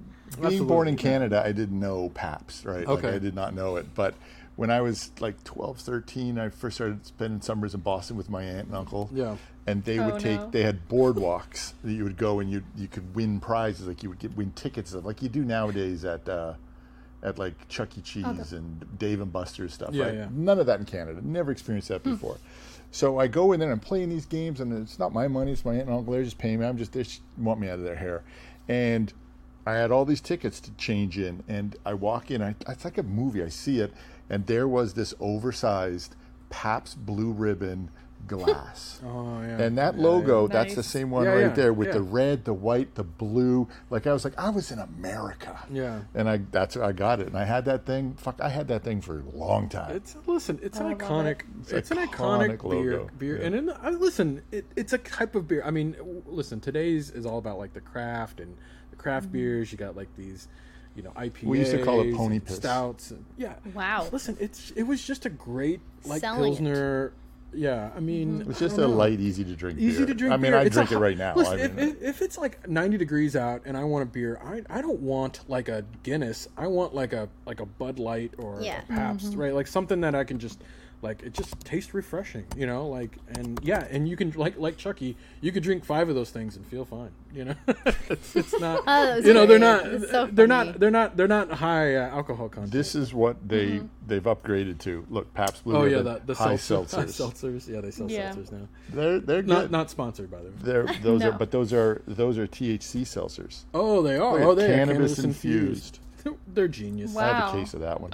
[SPEAKER 4] Being born in
[SPEAKER 2] Absolutely.
[SPEAKER 4] Canada, I didn't know Paps, right? Like,
[SPEAKER 2] Okay.
[SPEAKER 4] I did not know it. But when I was like 12, 13, I first started spending summers in Boston with my aunt and uncle.
[SPEAKER 2] Yeah.
[SPEAKER 4] And they would
[SPEAKER 3] Oh,
[SPEAKER 4] take,
[SPEAKER 3] no.
[SPEAKER 4] they had boardwalks that you would go and you you could win prizes. Like you would get win tickets, like you do nowadays at, uh, at like Chuck
[SPEAKER 3] Oh,
[SPEAKER 4] E. Cheese and Dave and Buster's stuff,
[SPEAKER 2] Yeah,
[SPEAKER 4] right?
[SPEAKER 2] yeah. Hmm.
[SPEAKER 4] None of that in Canada. Never experienced that before. So I go in there and I'm playing these games, and it's not my money. It's my aunt and uncle. They're just paying me. I'm just they just want me out of their hair, and I had all these tickets to change in, and I walk in. I, it's like a movie. I see it, and there was this oversized Pabst Blue Ribbon glass.
[SPEAKER 2] Oh yeah,
[SPEAKER 4] And that logo, that's the
[SPEAKER 3] Nice.
[SPEAKER 4] same one
[SPEAKER 2] Yeah,
[SPEAKER 4] right
[SPEAKER 2] yeah,
[SPEAKER 4] there with the
[SPEAKER 2] yeah.
[SPEAKER 4] red, the white, the blue. Like I was like, I was in America.
[SPEAKER 2] Yeah.
[SPEAKER 4] And I that's I got it. And I had that thing. Fuck, I had that thing for a long time.
[SPEAKER 2] It's listen. It's an
[SPEAKER 3] love it.
[SPEAKER 2] iconic. It's,
[SPEAKER 4] It's
[SPEAKER 2] an
[SPEAKER 4] iconic
[SPEAKER 2] iconic, beer.
[SPEAKER 4] logo,
[SPEAKER 2] Beer,
[SPEAKER 4] yeah.
[SPEAKER 2] and in, I, listen, it, it's a type of beer. I mean, w- listen. Today's is all about like the craft and the
[SPEAKER 1] Mm-hmm.
[SPEAKER 2] craft beers. You got like these, you know, IPAs.
[SPEAKER 4] We used to call it
[SPEAKER 2] and
[SPEAKER 4] pony piss.
[SPEAKER 2] stouts. and- yeah.
[SPEAKER 1] Wow.
[SPEAKER 2] Listen, it's it was just a great like
[SPEAKER 1] Selling it. Mm-hmm.
[SPEAKER 2] pilsner. Yeah, I mean,
[SPEAKER 4] It's just a light, easy to drink.
[SPEAKER 2] easy
[SPEAKER 4] beer.
[SPEAKER 2] to drink.
[SPEAKER 4] I mean,
[SPEAKER 2] beer.
[SPEAKER 4] I
[SPEAKER 2] It's a
[SPEAKER 4] drink it
[SPEAKER 2] hot-
[SPEAKER 4] right now.
[SPEAKER 2] Listen,
[SPEAKER 4] I mean,
[SPEAKER 2] if, if, if it's like 90 degrees out and I want a beer, I, I don't want like a Guinness. I want like a like a Bud Light or
[SPEAKER 1] Yeah. Mm-hmm.
[SPEAKER 2] a Pabst, right? Like something that I can just Like it just tastes refreshing, you know. Like and yeah, and you can like like Chucky, you could drink five of those things and feel fine, you know. it's, it's not,
[SPEAKER 1] Oh, that was
[SPEAKER 2] you know, they're not,
[SPEAKER 1] hilarious. It's so
[SPEAKER 2] they're
[SPEAKER 1] funny.
[SPEAKER 2] not, they're not, they're not high uh, alcohol content.
[SPEAKER 4] This is what they they've upgraded to. Look, Pabst Blue
[SPEAKER 2] Mm-hmm. oh yeah,
[SPEAKER 4] Ribbon,
[SPEAKER 2] the, the
[SPEAKER 4] high
[SPEAKER 2] seltzer- high seltzers.
[SPEAKER 4] seltzers.
[SPEAKER 2] Yeah, they sell
[SPEAKER 3] Yeah.
[SPEAKER 2] seltzers now.
[SPEAKER 4] They're they're good.
[SPEAKER 2] Not not sponsored by the way.
[SPEAKER 4] They're, those are
[SPEAKER 3] No.
[SPEAKER 4] but those are those are THC seltzers.
[SPEAKER 2] Oh, they are.
[SPEAKER 4] Look at
[SPEAKER 2] oh, they are
[SPEAKER 4] cannabis
[SPEAKER 2] cannabis infused. They're genius.
[SPEAKER 4] I
[SPEAKER 3] Wow.
[SPEAKER 4] have a case of that one.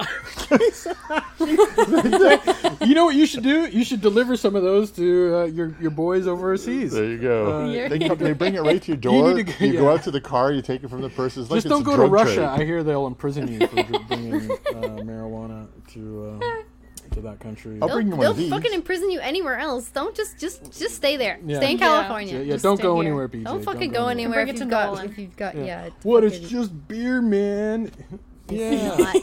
[SPEAKER 2] you know what you should do? You should deliver some of those to uh, your your boys overseas.
[SPEAKER 4] There you go.
[SPEAKER 3] You're-
[SPEAKER 4] they, come, they bring it right to your door. You,
[SPEAKER 2] Uh, need to go-
[SPEAKER 4] go
[SPEAKER 2] yeah.
[SPEAKER 4] out to the car. You take it from the person. It's like
[SPEAKER 2] Just
[SPEAKER 4] it's
[SPEAKER 2] don't
[SPEAKER 4] a
[SPEAKER 2] go to
[SPEAKER 4] drug
[SPEAKER 2] Russia.
[SPEAKER 4] trade.
[SPEAKER 2] I hear they'll imprison you for dr- bringing uh, marijuana to uh, to that country.
[SPEAKER 4] I'll
[SPEAKER 1] They'll,
[SPEAKER 4] bring you one
[SPEAKER 1] they'll
[SPEAKER 4] of these.
[SPEAKER 1] fucking imprison you anywhere else. Don't just just just stay there.
[SPEAKER 2] Yeah.
[SPEAKER 1] Stay in
[SPEAKER 2] Yeah.
[SPEAKER 1] California.
[SPEAKER 2] yeah, yeah,
[SPEAKER 3] just
[SPEAKER 2] don't
[SPEAKER 3] stay
[SPEAKER 2] go
[SPEAKER 3] here.
[SPEAKER 2] anywhere, PJ.
[SPEAKER 1] Don't fucking go anywhere
[SPEAKER 3] Bring
[SPEAKER 1] if
[SPEAKER 3] it to
[SPEAKER 1] you've got
[SPEAKER 3] Nolan.
[SPEAKER 1] if you've got yeah.
[SPEAKER 2] What? It's
[SPEAKER 1] fucking-
[SPEAKER 2] just beer, man. Yeah,
[SPEAKER 1] Not-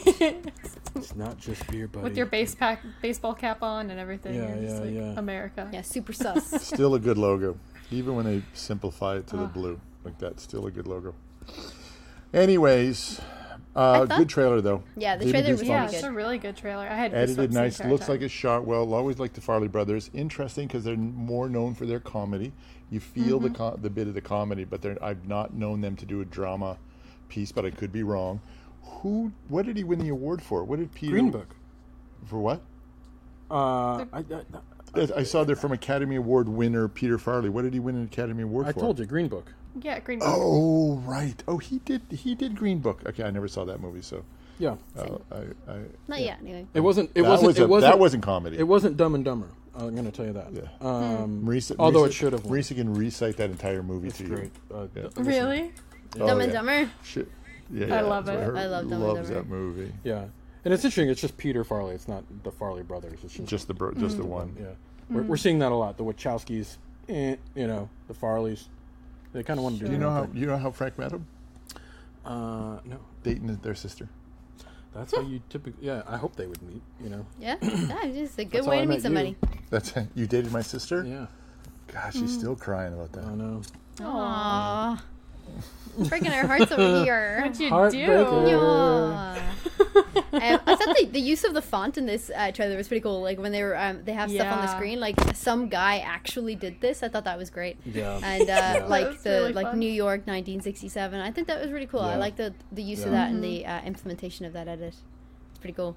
[SPEAKER 2] it's not just beer, buddy.
[SPEAKER 3] With your base pack, baseball cap on and everything.
[SPEAKER 2] Yeah,
[SPEAKER 3] you're just
[SPEAKER 2] yeah,
[SPEAKER 3] like,
[SPEAKER 2] yeah.
[SPEAKER 3] America.
[SPEAKER 1] yeah, super sus.
[SPEAKER 4] Still a good logo, even when they simplify it to
[SPEAKER 1] Ah.
[SPEAKER 4] the blue like that. Still a good logo. Anyways, uh,
[SPEAKER 1] thought-
[SPEAKER 4] good trailer though.
[SPEAKER 1] Yeah, the
[SPEAKER 4] Gave me
[SPEAKER 1] trailer was
[SPEAKER 4] goosebumps.
[SPEAKER 3] Yeah,
[SPEAKER 1] Sounds
[SPEAKER 3] it's
[SPEAKER 1] good.
[SPEAKER 3] a really good trailer. I had
[SPEAKER 4] edited
[SPEAKER 3] goosebumps the
[SPEAKER 4] nice.
[SPEAKER 3] entire
[SPEAKER 4] Looks
[SPEAKER 3] time.
[SPEAKER 4] like it shot well. Always like the Farley brothers. Interesting because they're more known for their comedy. You feel
[SPEAKER 1] Mm-hmm.
[SPEAKER 4] the co- the bit of the comedy, but they're, I've not known them to do a drama piece. But I could be wrong. Who? What did he win the award for? What did Peter
[SPEAKER 2] Green Book.
[SPEAKER 4] for what?
[SPEAKER 2] Uh, I, I,
[SPEAKER 4] I I saw they're from Academy Award winner Peter Farley. What did he win an Academy Award
[SPEAKER 2] I
[SPEAKER 4] for?
[SPEAKER 2] told you, Green Book.
[SPEAKER 3] Yeah, Green Book.
[SPEAKER 4] Oh right. Oh, he did. He did Green Book. Okay, I never saw that movie, so
[SPEAKER 2] Yeah,
[SPEAKER 4] uh, I, I,
[SPEAKER 1] Not yet, anyway.
[SPEAKER 2] it wasn't. It
[SPEAKER 4] that
[SPEAKER 2] wasn't.
[SPEAKER 4] was
[SPEAKER 2] it
[SPEAKER 4] a,
[SPEAKER 2] wasn't.
[SPEAKER 4] that wasn't comedy.
[SPEAKER 2] It wasn't Dumb and Dumber. I'm gonna tell you that.
[SPEAKER 4] Yeah.
[SPEAKER 2] Um,
[SPEAKER 4] Marisa,
[SPEAKER 2] Although
[SPEAKER 4] Marisa-
[SPEAKER 2] it should have won.
[SPEAKER 4] Marisa can recite that entire movie to you.
[SPEAKER 2] great. Uh,
[SPEAKER 4] Yeah.
[SPEAKER 2] th-
[SPEAKER 3] Really?
[SPEAKER 4] Oh,
[SPEAKER 1] Dumb and
[SPEAKER 4] yeah.
[SPEAKER 1] Dumber.
[SPEAKER 4] Shit. Yeah,
[SPEAKER 3] I love it.
[SPEAKER 4] Her
[SPEAKER 1] I love Dumb and
[SPEAKER 4] loves
[SPEAKER 1] Dumber.
[SPEAKER 4] that movie.
[SPEAKER 2] Yeah, and it's interesting. It's just Peter Farley. It's not the Farley brothers. It's just,
[SPEAKER 4] Just the bro- just the one.
[SPEAKER 2] Mm. yeah.
[SPEAKER 1] Hmm.
[SPEAKER 2] We're, we're seeing that a lot. The Wachowskis, eh, you know, the Farleys. They kind of want to do.
[SPEAKER 4] You know how you know how Frank met him?
[SPEAKER 2] Uh, no,
[SPEAKER 4] Dating their sister.
[SPEAKER 2] that's how you typically. Yeah, I hope they would meet. You know.
[SPEAKER 1] Yeah, yeah, just a good
[SPEAKER 2] how
[SPEAKER 1] way
[SPEAKER 2] I
[SPEAKER 1] to
[SPEAKER 2] met
[SPEAKER 1] meet
[SPEAKER 2] you.
[SPEAKER 1] somebody.
[SPEAKER 4] That's you dated my sister.
[SPEAKER 2] Yeah. Um,
[SPEAKER 4] Gosh,
[SPEAKER 1] Mm.
[SPEAKER 4] she's still crying about that.
[SPEAKER 2] I know.
[SPEAKER 1] Aww. Breaking our hearts over here.
[SPEAKER 3] What you
[SPEAKER 2] Heartbreaker.
[SPEAKER 3] do?
[SPEAKER 1] Yeah. um, I thought the, the use of the font in this uh, trailer was pretty cool. Like when they were, um, they have stuff on the
[SPEAKER 3] Yeah.
[SPEAKER 1] screen. Like some guy actually did this. I thought that was great.
[SPEAKER 2] Yeah.
[SPEAKER 1] And uh, like
[SPEAKER 3] That's
[SPEAKER 1] the
[SPEAKER 3] really
[SPEAKER 1] like
[SPEAKER 3] fun.
[SPEAKER 1] New York 1967. I think that was really cool. I
[SPEAKER 2] Yeah.
[SPEAKER 1] like the the use of
[SPEAKER 2] Yeah.
[SPEAKER 1] that and
[SPEAKER 3] Mm-hmm.
[SPEAKER 1] the uh, implementation of that edit. It's pretty cool.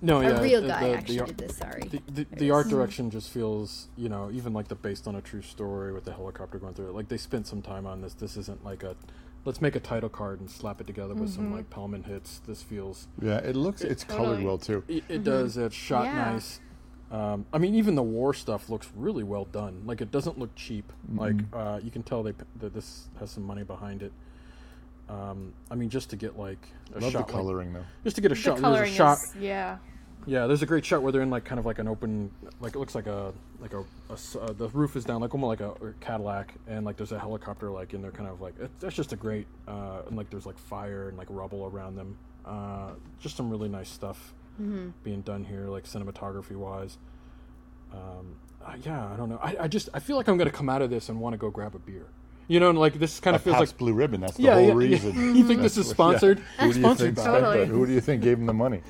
[SPEAKER 2] No, yeah.
[SPEAKER 1] a real
[SPEAKER 2] the-
[SPEAKER 1] guy
[SPEAKER 2] the- the
[SPEAKER 1] actually
[SPEAKER 2] ar-
[SPEAKER 1] did this. Sorry.
[SPEAKER 2] The, the, the art direction just feels, you know, even like the based on a true story with the helicopter going through it. Like they spent some time on this. This isn't like a, let's make a title card and slap it together with
[SPEAKER 3] Mm-hmm.
[SPEAKER 2] some like Pelman hits. This feels
[SPEAKER 4] Yeah, it looks it's colored
[SPEAKER 3] Totally.
[SPEAKER 4] well too.
[SPEAKER 2] It,
[SPEAKER 3] Mm-hmm.
[SPEAKER 2] it does. It's shot
[SPEAKER 1] Yeah.
[SPEAKER 2] nice. Um, I mean, even the war stuff looks really well done. Like it doesn't look cheap.
[SPEAKER 4] Mm-hmm.
[SPEAKER 2] Like uh, you can tell they p- that this has some money behind it. Um, I mean, just to get like a
[SPEAKER 4] Love the
[SPEAKER 2] shot, like-
[SPEAKER 4] coloring though.
[SPEAKER 2] just to get a
[SPEAKER 3] The
[SPEAKER 2] shot. There's
[SPEAKER 3] coloring
[SPEAKER 2] a shot.
[SPEAKER 3] is yeah.
[SPEAKER 2] Yeah, there's a great shot where they're in like kind of like an open, like it looks like a like a, a s- uh, the roof is down, like almost like a or Cadillac, and like there's a helicopter like in there, kind of like it, that's just a great, uh, and like there's like fire and like rubble around them. Uh, just some really nice stuff being done here, like cinematography wise. Um, uh, yeah, I don't know. I, I just I feel like I'm gonna come out of this and want to go grab a beer, you know, and like this kind of feels
[SPEAKER 4] Pabst
[SPEAKER 2] like.
[SPEAKER 4] Blue Ribbon. That's the
[SPEAKER 2] Yeah,
[SPEAKER 4] whole
[SPEAKER 2] yeah, yeah.
[SPEAKER 4] reason.
[SPEAKER 2] You think this
[SPEAKER 4] That's
[SPEAKER 2] is
[SPEAKER 4] what- yeah.
[SPEAKER 2] sponsored?
[SPEAKER 4] Who do you
[SPEAKER 2] Sponsored
[SPEAKER 4] think
[SPEAKER 2] by-
[SPEAKER 4] spent
[SPEAKER 3] Totally.
[SPEAKER 4] that? Who do you think gave him the money?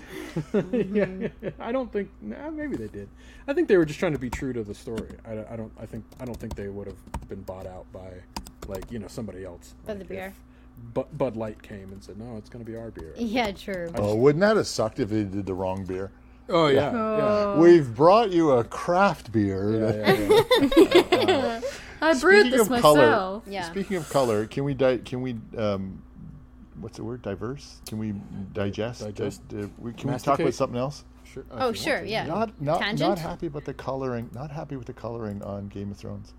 [SPEAKER 2] yeah, yeah. I don't think. Nah, maybe they did. I think they were just trying to be true to the story. I, don't- I don't. I think. I don't think they would have been bought out by, like you know, somebody else.
[SPEAKER 1] By the
[SPEAKER 2] Like,
[SPEAKER 1] beer.
[SPEAKER 2] if Bud, Bud Light came and said, "No, it's going to be our beer."
[SPEAKER 1] Yeah, true.
[SPEAKER 4] Oh, wouldn't that have sucked if they did the wrong beer?
[SPEAKER 2] Oh yeah.
[SPEAKER 4] We've brought you a craft beer.
[SPEAKER 2] yeah, yeah, yeah, yeah.
[SPEAKER 3] I brewed this myself.
[SPEAKER 1] Yeah.
[SPEAKER 4] Speaking of color, can we di- can we um, what's the word? Diverse? Can we digest?
[SPEAKER 2] Digest.
[SPEAKER 4] Di- di- we- can we talk about
[SPEAKER 2] Masticate.
[SPEAKER 4] something else?
[SPEAKER 2] Sure, if you
[SPEAKER 1] Oh
[SPEAKER 2] want
[SPEAKER 1] sure,
[SPEAKER 2] to.
[SPEAKER 1] yeah.
[SPEAKER 4] Not not
[SPEAKER 1] Tangent?
[SPEAKER 4] not happy about the coloring. Not happy with the coloring on Game of Thrones.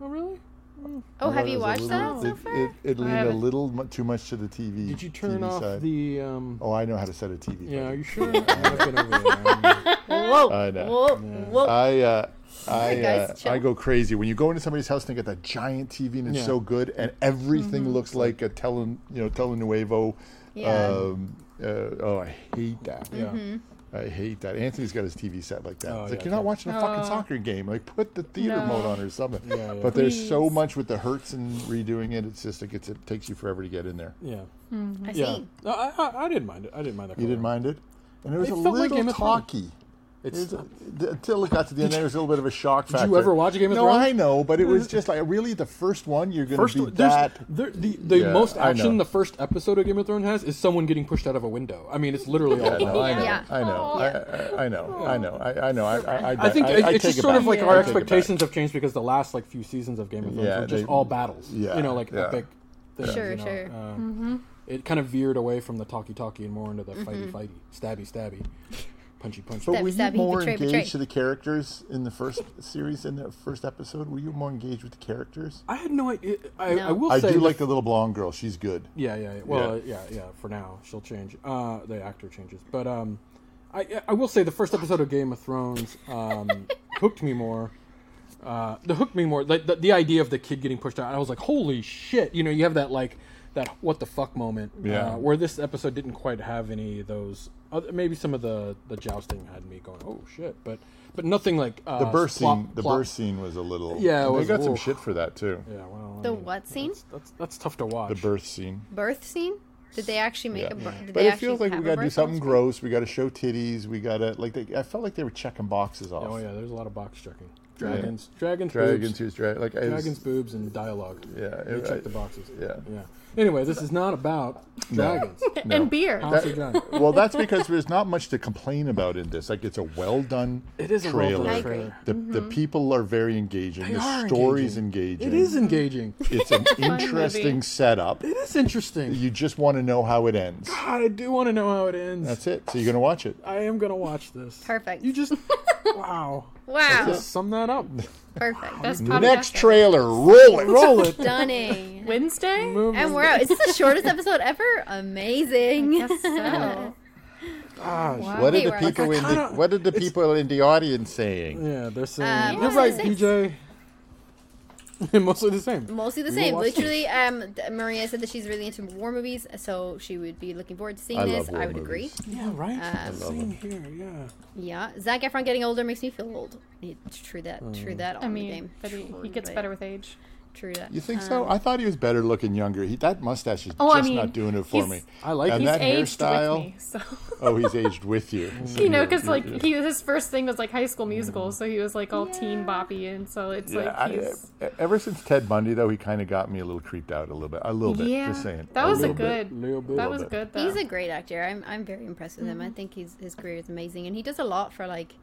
[SPEAKER 2] Oh really?
[SPEAKER 1] oh,
[SPEAKER 4] I
[SPEAKER 1] have
[SPEAKER 4] thought
[SPEAKER 1] you
[SPEAKER 4] it was a
[SPEAKER 1] watched
[SPEAKER 4] little-
[SPEAKER 1] that so
[SPEAKER 4] it,
[SPEAKER 1] far?
[SPEAKER 4] It, it leaned a
[SPEAKER 3] haven't.
[SPEAKER 4] little mu- too much to the TV.
[SPEAKER 2] Did you turn
[SPEAKER 4] TV
[SPEAKER 2] off
[SPEAKER 4] side.
[SPEAKER 2] the? Um,
[SPEAKER 4] Oh, I know how to set a TV.
[SPEAKER 2] Yeah.
[SPEAKER 4] buddy.
[SPEAKER 2] Are you sure? I've been over there.
[SPEAKER 1] whoa,
[SPEAKER 4] I know.
[SPEAKER 1] whoa, whoa.
[SPEAKER 4] I uh, I
[SPEAKER 1] guys,
[SPEAKER 4] uh,
[SPEAKER 1] chill.
[SPEAKER 4] I go crazy when you go into somebody's house and they got that giant TV and it's
[SPEAKER 2] Yeah.
[SPEAKER 4] so good and everything looks like a tele you know telenuevo.
[SPEAKER 1] Mm-hmm. Yeah. Mm.
[SPEAKER 4] Um, uh, oh, I hate that.
[SPEAKER 2] Yeah.
[SPEAKER 4] I hate that. Anthony's got his TV set like that.
[SPEAKER 2] Oh,
[SPEAKER 4] it's
[SPEAKER 2] yeah,
[SPEAKER 4] like you're not
[SPEAKER 2] okay.
[SPEAKER 4] watching a fucking soccer game. Like put the theater
[SPEAKER 3] No.
[SPEAKER 4] mode on or something.
[SPEAKER 2] Yeah, yeah.
[SPEAKER 4] But there's so much with the hertz and redoing it. It's just like it's, it takes you forever to get in there.
[SPEAKER 2] Yeah.
[SPEAKER 1] I
[SPEAKER 2] Yeah.
[SPEAKER 1] see.
[SPEAKER 2] No, I, I, I didn't mind it. I didn't mind that.
[SPEAKER 4] You didn't mind it? and there was
[SPEAKER 2] It
[SPEAKER 4] a
[SPEAKER 2] felt like
[SPEAKER 4] little
[SPEAKER 2] Game of Thrones.
[SPEAKER 4] talky.
[SPEAKER 2] It's
[SPEAKER 4] There's a- th- until it got to the end, there was a little bit of a shock
[SPEAKER 2] you
[SPEAKER 4] factor.
[SPEAKER 2] ever watch Game of
[SPEAKER 4] no,
[SPEAKER 2] Thrones?
[SPEAKER 4] I know, but it was just like really the first one. You're going
[SPEAKER 2] first
[SPEAKER 4] to be
[SPEAKER 2] there's-
[SPEAKER 4] that.
[SPEAKER 2] there- the the
[SPEAKER 4] Yeah,
[SPEAKER 2] most
[SPEAKER 4] I
[SPEAKER 2] action
[SPEAKER 4] know.
[SPEAKER 2] the first episode of Game of Thrones has is someone getting pushed out of a window. I mean, it's literally all.
[SPEAKER 4] Yeah, no,
[SPEAKER 2] that.
[SPEAKER 4] I know,
[SPEAKER 1] Yeah.
[SPEAKER 4] I know, I, I, I know, I know, I, I know. I, I, I,
[SPEAKER 2] I think
[SPEAKER 4] I,
[SPEAKER 2] it-
[SPEAKER 4] I
[SPEAKER 2] it's
[SPEAKER 4] take
[SPEAKER 2] just
[SPEAKER 4] it
[SPEAKER 2] sort
[SPEAKER 4] back.
[SPEAKER 2] of like
[SPEAKER 4] I
[SPEAKER 2] our
[SPEAKER 4] take it back.
[SPEAKER 2] expectations have changed because the last like few seasons of Game of Thrones
[SPEAKER 4] Yeah,
[SPEAKER 2] were just
[SPEAKER 4] they-
[SPEAKER 2] all battles.
[SPEAKER 4] yeah,
[SPEAKER 2] you know, like
[SPEAKER 4] yeah.
[SPEAKER 2] epic. Things,
[SPEAKER 1] Sure,
[SPEAKER 2] you know,
[SPEAKER 1] sure. Mm-hmm.
[SPEAKER 2] uh, It kind of veered away from the talky talky and more into the fighty fighty, stabby stabby, punchy punchy.
[SPEAKER 4] But were you
[SPEAKER 1] stabby,
[SPEAKER 4] more
[SPEAKER 1] betray,
[SPEAKER 4] engaged
[SPEAKER 1] betray.
[SPEAKER 4] to the characters in the first series, in the first episode? Were you more engaged with the characters?
[SPEAKER 2] I had no idea. I, I
[SPEAKER 1] No.
[SPEAKER 2] will
[SPEAKER 4] I
[SPEAKER 2] say
[SPEAKER 4] do
[SPEAKER 2] the
[SPEAKER 4] like the little blonde girl. She's good.
[SPEAKER 2] Yeah, yeah. yeah. Well, yeah. yeah, For now, she'll change. Uh, the actor changes, but um, I I will say the first episode of Game of Thrones um, hooked me more. Uh, the hooked me more. Like the, the idea of the kid getting pushed out. I was like, holy shit! You know, you have that like that what the fuck moment.
[SPEAKER 4] Yeah.
[SPEAKER 2] Uh, where this episode didn't quite have any of those. Other, maybe some of the the jousting had me going, oh shit, but but nothing like uh,
[SPEAKER 4] The burst
[SPEAKER 2] plot-
[SPEAKER 4] scene. The
[SPEAKER 2] plot-
[SPEAKER 4] burst scene was a little.
[SPEAKER 2] Yeah, it
[SPEAKER 4] and
[SPEAKER 2] was-
[SPEAKER 4] they got some
[SPEAKER 2] oof.
[SPEAKER 4] shit for that too.
[SPEAKER 2] Yeah, well, I
[SPEAKER 1] The
[SPEAKER 2] mean,
[SPEAKER 1] what scene?
[SPEAKER 2] That's that's tough to watch.
[SPEAKER 4] The birth scene.
[SPEAKER 1] Birth scene? Did they actually make
[SPEAKER 4] Yeah.
[SPEAKER 1] a birth? Did
[SPEAKER 4] But
[SPEAKER 1] they
[SPEAKER 4] it feels
[SPEAKER 1] actually
[SPEAKER 4] like we
[SPEAKER 1] have a
[SPEAKER 4] got to do
[SPEAKER 1] birth
[SPEAKER 4] something
[SPEAKER 1] on screen?
[SPEAKER 4] gross. We got to show titties. We got to like. They, I felt like they were checking boxes off.
[SPEAKER 2] Oh yeah, there's a lot of box checking. Dragons, dragons, boobs.
[SPEAKER 4] Dragons. He was dra- like I was-
[SPEAKER 2] Dragons, boobs, and dialogue.
[SPEAKER 4] Yeah,
[SPEAKER 2] they
[SPEAKER 4] it-
[SPEAKER 2] check
[SPEAKER 4] I-
[SPEAKER 2] the boxes.
[SPEAKER 4] yeah.
[SPEAKER 2] yeah. Anyway, this is not about dragons.
[SPEAKER 4] No.
[SPEAKER 3] And beer.
[SPEAKER 2] House
[SPEAKER 4] That-
[SPEAKER 2] of Dragon.
[SPEAKER 4] well, that's because there's not much to complain about in this. Like it's a well done.
[SPEAKER 2] It is a
[SPEAKER 4] trailer.
[SPEAKER 2] well-done
[SPEAKER 1] I agree.
[SPEAKER 2] trailer.
[SPEAKER 4] The, the
[SPEAKER 1] mm-hmm.
[SPEAKER 4] people are very engaging.
[SPEAKER 2] They
[SPEAKER 4] the
[SPEAKER 2] are
[SPEAKER 4] story's
[SPEAKER 2] engaging.
[SPEAKER 4] engaging.
[SPEAKER 2] It is engaging.
[SPEAKER 4] It's an interesting
[SPEAKER 3] movie.
[SPEAKER 4] setup.
[SPEAKER 2] It is interesting.
[SPEAKER 4] You just want to know how it ends.
[SPEAKER 2] God, I do want to know how it ends.
[SPEAKER 4] That's it. So you're gonna watch it.
[SPEAKER 2] I am gonna watch this.
[SPEAKER 1] Perfect.
[SPEAKER 2] You just wow.
[SPEAKER 1] Wow.
[SPEAKER 2] Just sum that up.
[SPEAKER 1] Perfect.
[SPEAKER 3] Best podcast
[SPEAKER 4] Next
[SPEAKER 3] ever.
[SPEAKER 4] trailer, roll it.
[SPEAKER 2] Roll it.
[SPEAKER 1] Stunning.
[SPEAKER 3] Wednesday.
[SPEAKER 1] and we're out. Is this the shortest episode ever? Amazing.
[SPEAKER 3] Yes, so.
[SPEAKER 2] Gosh.
[SPEAKER 4] What
[SPEAKER 1] Hey,
[SPEAKER 4] are the
[SPEAKER 1] we're-
[SPEAKER 4] people in the
[SPEAKER 2] kinda-
[SPEAKER 4] What are the people in the audience saying?
[SPEAKER 2] Yeah, they're saying
[SPEAKER 1] Um,
[SPEAKER 2] you're
[SPEAKER 1] mostly
[SPEAKER 2] right,
[SPEAKER 1] the same.
[SPEAKER 2] PJ. Mostly the same.
[SPEAKER 1] Mostly the
[SPEAKER 2] We will
[SPEAKER 1] same.
[SPEAKER 2] watch
[SPEAKER 1] Literally, um, th- Maria said that she's really into war movies, so she would be looking forward to seeing
[SPEAKER 4] I
[SPEAKER 1] this.
[SPEAKER 4] love war
[SPEAKER 1] I would agree.
[SPEAKER 4] movies.
[SPEAKER 2] Yeah, right.
[SPEAKER 1] Um,
[SPEAKER 2] same here. Yeah.
[SPEAKER 1] Yeah, Zac Efron getting older makes me feel old. Yeah, True that.
[SPEAKER 4] Mm.
[SPEAKER 1] True that.
[SPEAKER 3] I
[SPEAKER 1] on the
[SPEAKER 3] mean,
[SPEAKER 1] game.
[SPEAKER 3] but he,
[SPEAKER 1] True
[SPEAKER 3] he gets
[SPEAKER 1] that.
[SPEAKER 3] better with age.
[SPEAKER 1] True that.
[SPEAKER 4] You think so? I thought he was better looking younger. He, that mustache is
[SPEAKER 3] Um, Oh, I
[SPEAKER 4] just
[SPEAKER 3] mean,
[SPEAKER 4] not doing it for
[SPEAKER 3] he's-
[SPEAKER 4] me.
[SPEAKER 2] I like
[SPEAKER 4] and
[SPEAKER 2] it.
[SPEAKER 4] that
[SPEAKER 3] Aged
[SPEAKER 4] hairstyle.
[SPEAKER 3] with me, so.
[SPEAKER 4] Oh, he's aged with you.
[SPEAKER 3] You know, because like he his first thing was like High School Musical, so he was like all teen boppy, and so it's
[SPEAKER 4] Yeah,
[SPEAKER 3] like he's
[SPEAKER 4] I, e, ever since Ted Bundy, though, he kind of got me a little creeped out a little bit. A little bit,
[SPEAKER 3] yeah.
[SPEAKER 4] just saying.
[SPEAKER 3] That was a
[SPEAKER 4] little bit.
[SPEAKER 3] good.
[SPEAKER 2] Little bit.
[SPEAKER 3] That
[SPEAKER 2] Little
[SPEAKER 3] was
[SPEAKER 4] bit.
[SPEAKER 3] good. Though.
[SPEAKER 1] He's a great actor. I'm, I'm very impressed with him.
[SPEAKER 2] Mm-hmm.
[SPEAKER 1] I think he's, his career is amazing, and he does a lot for like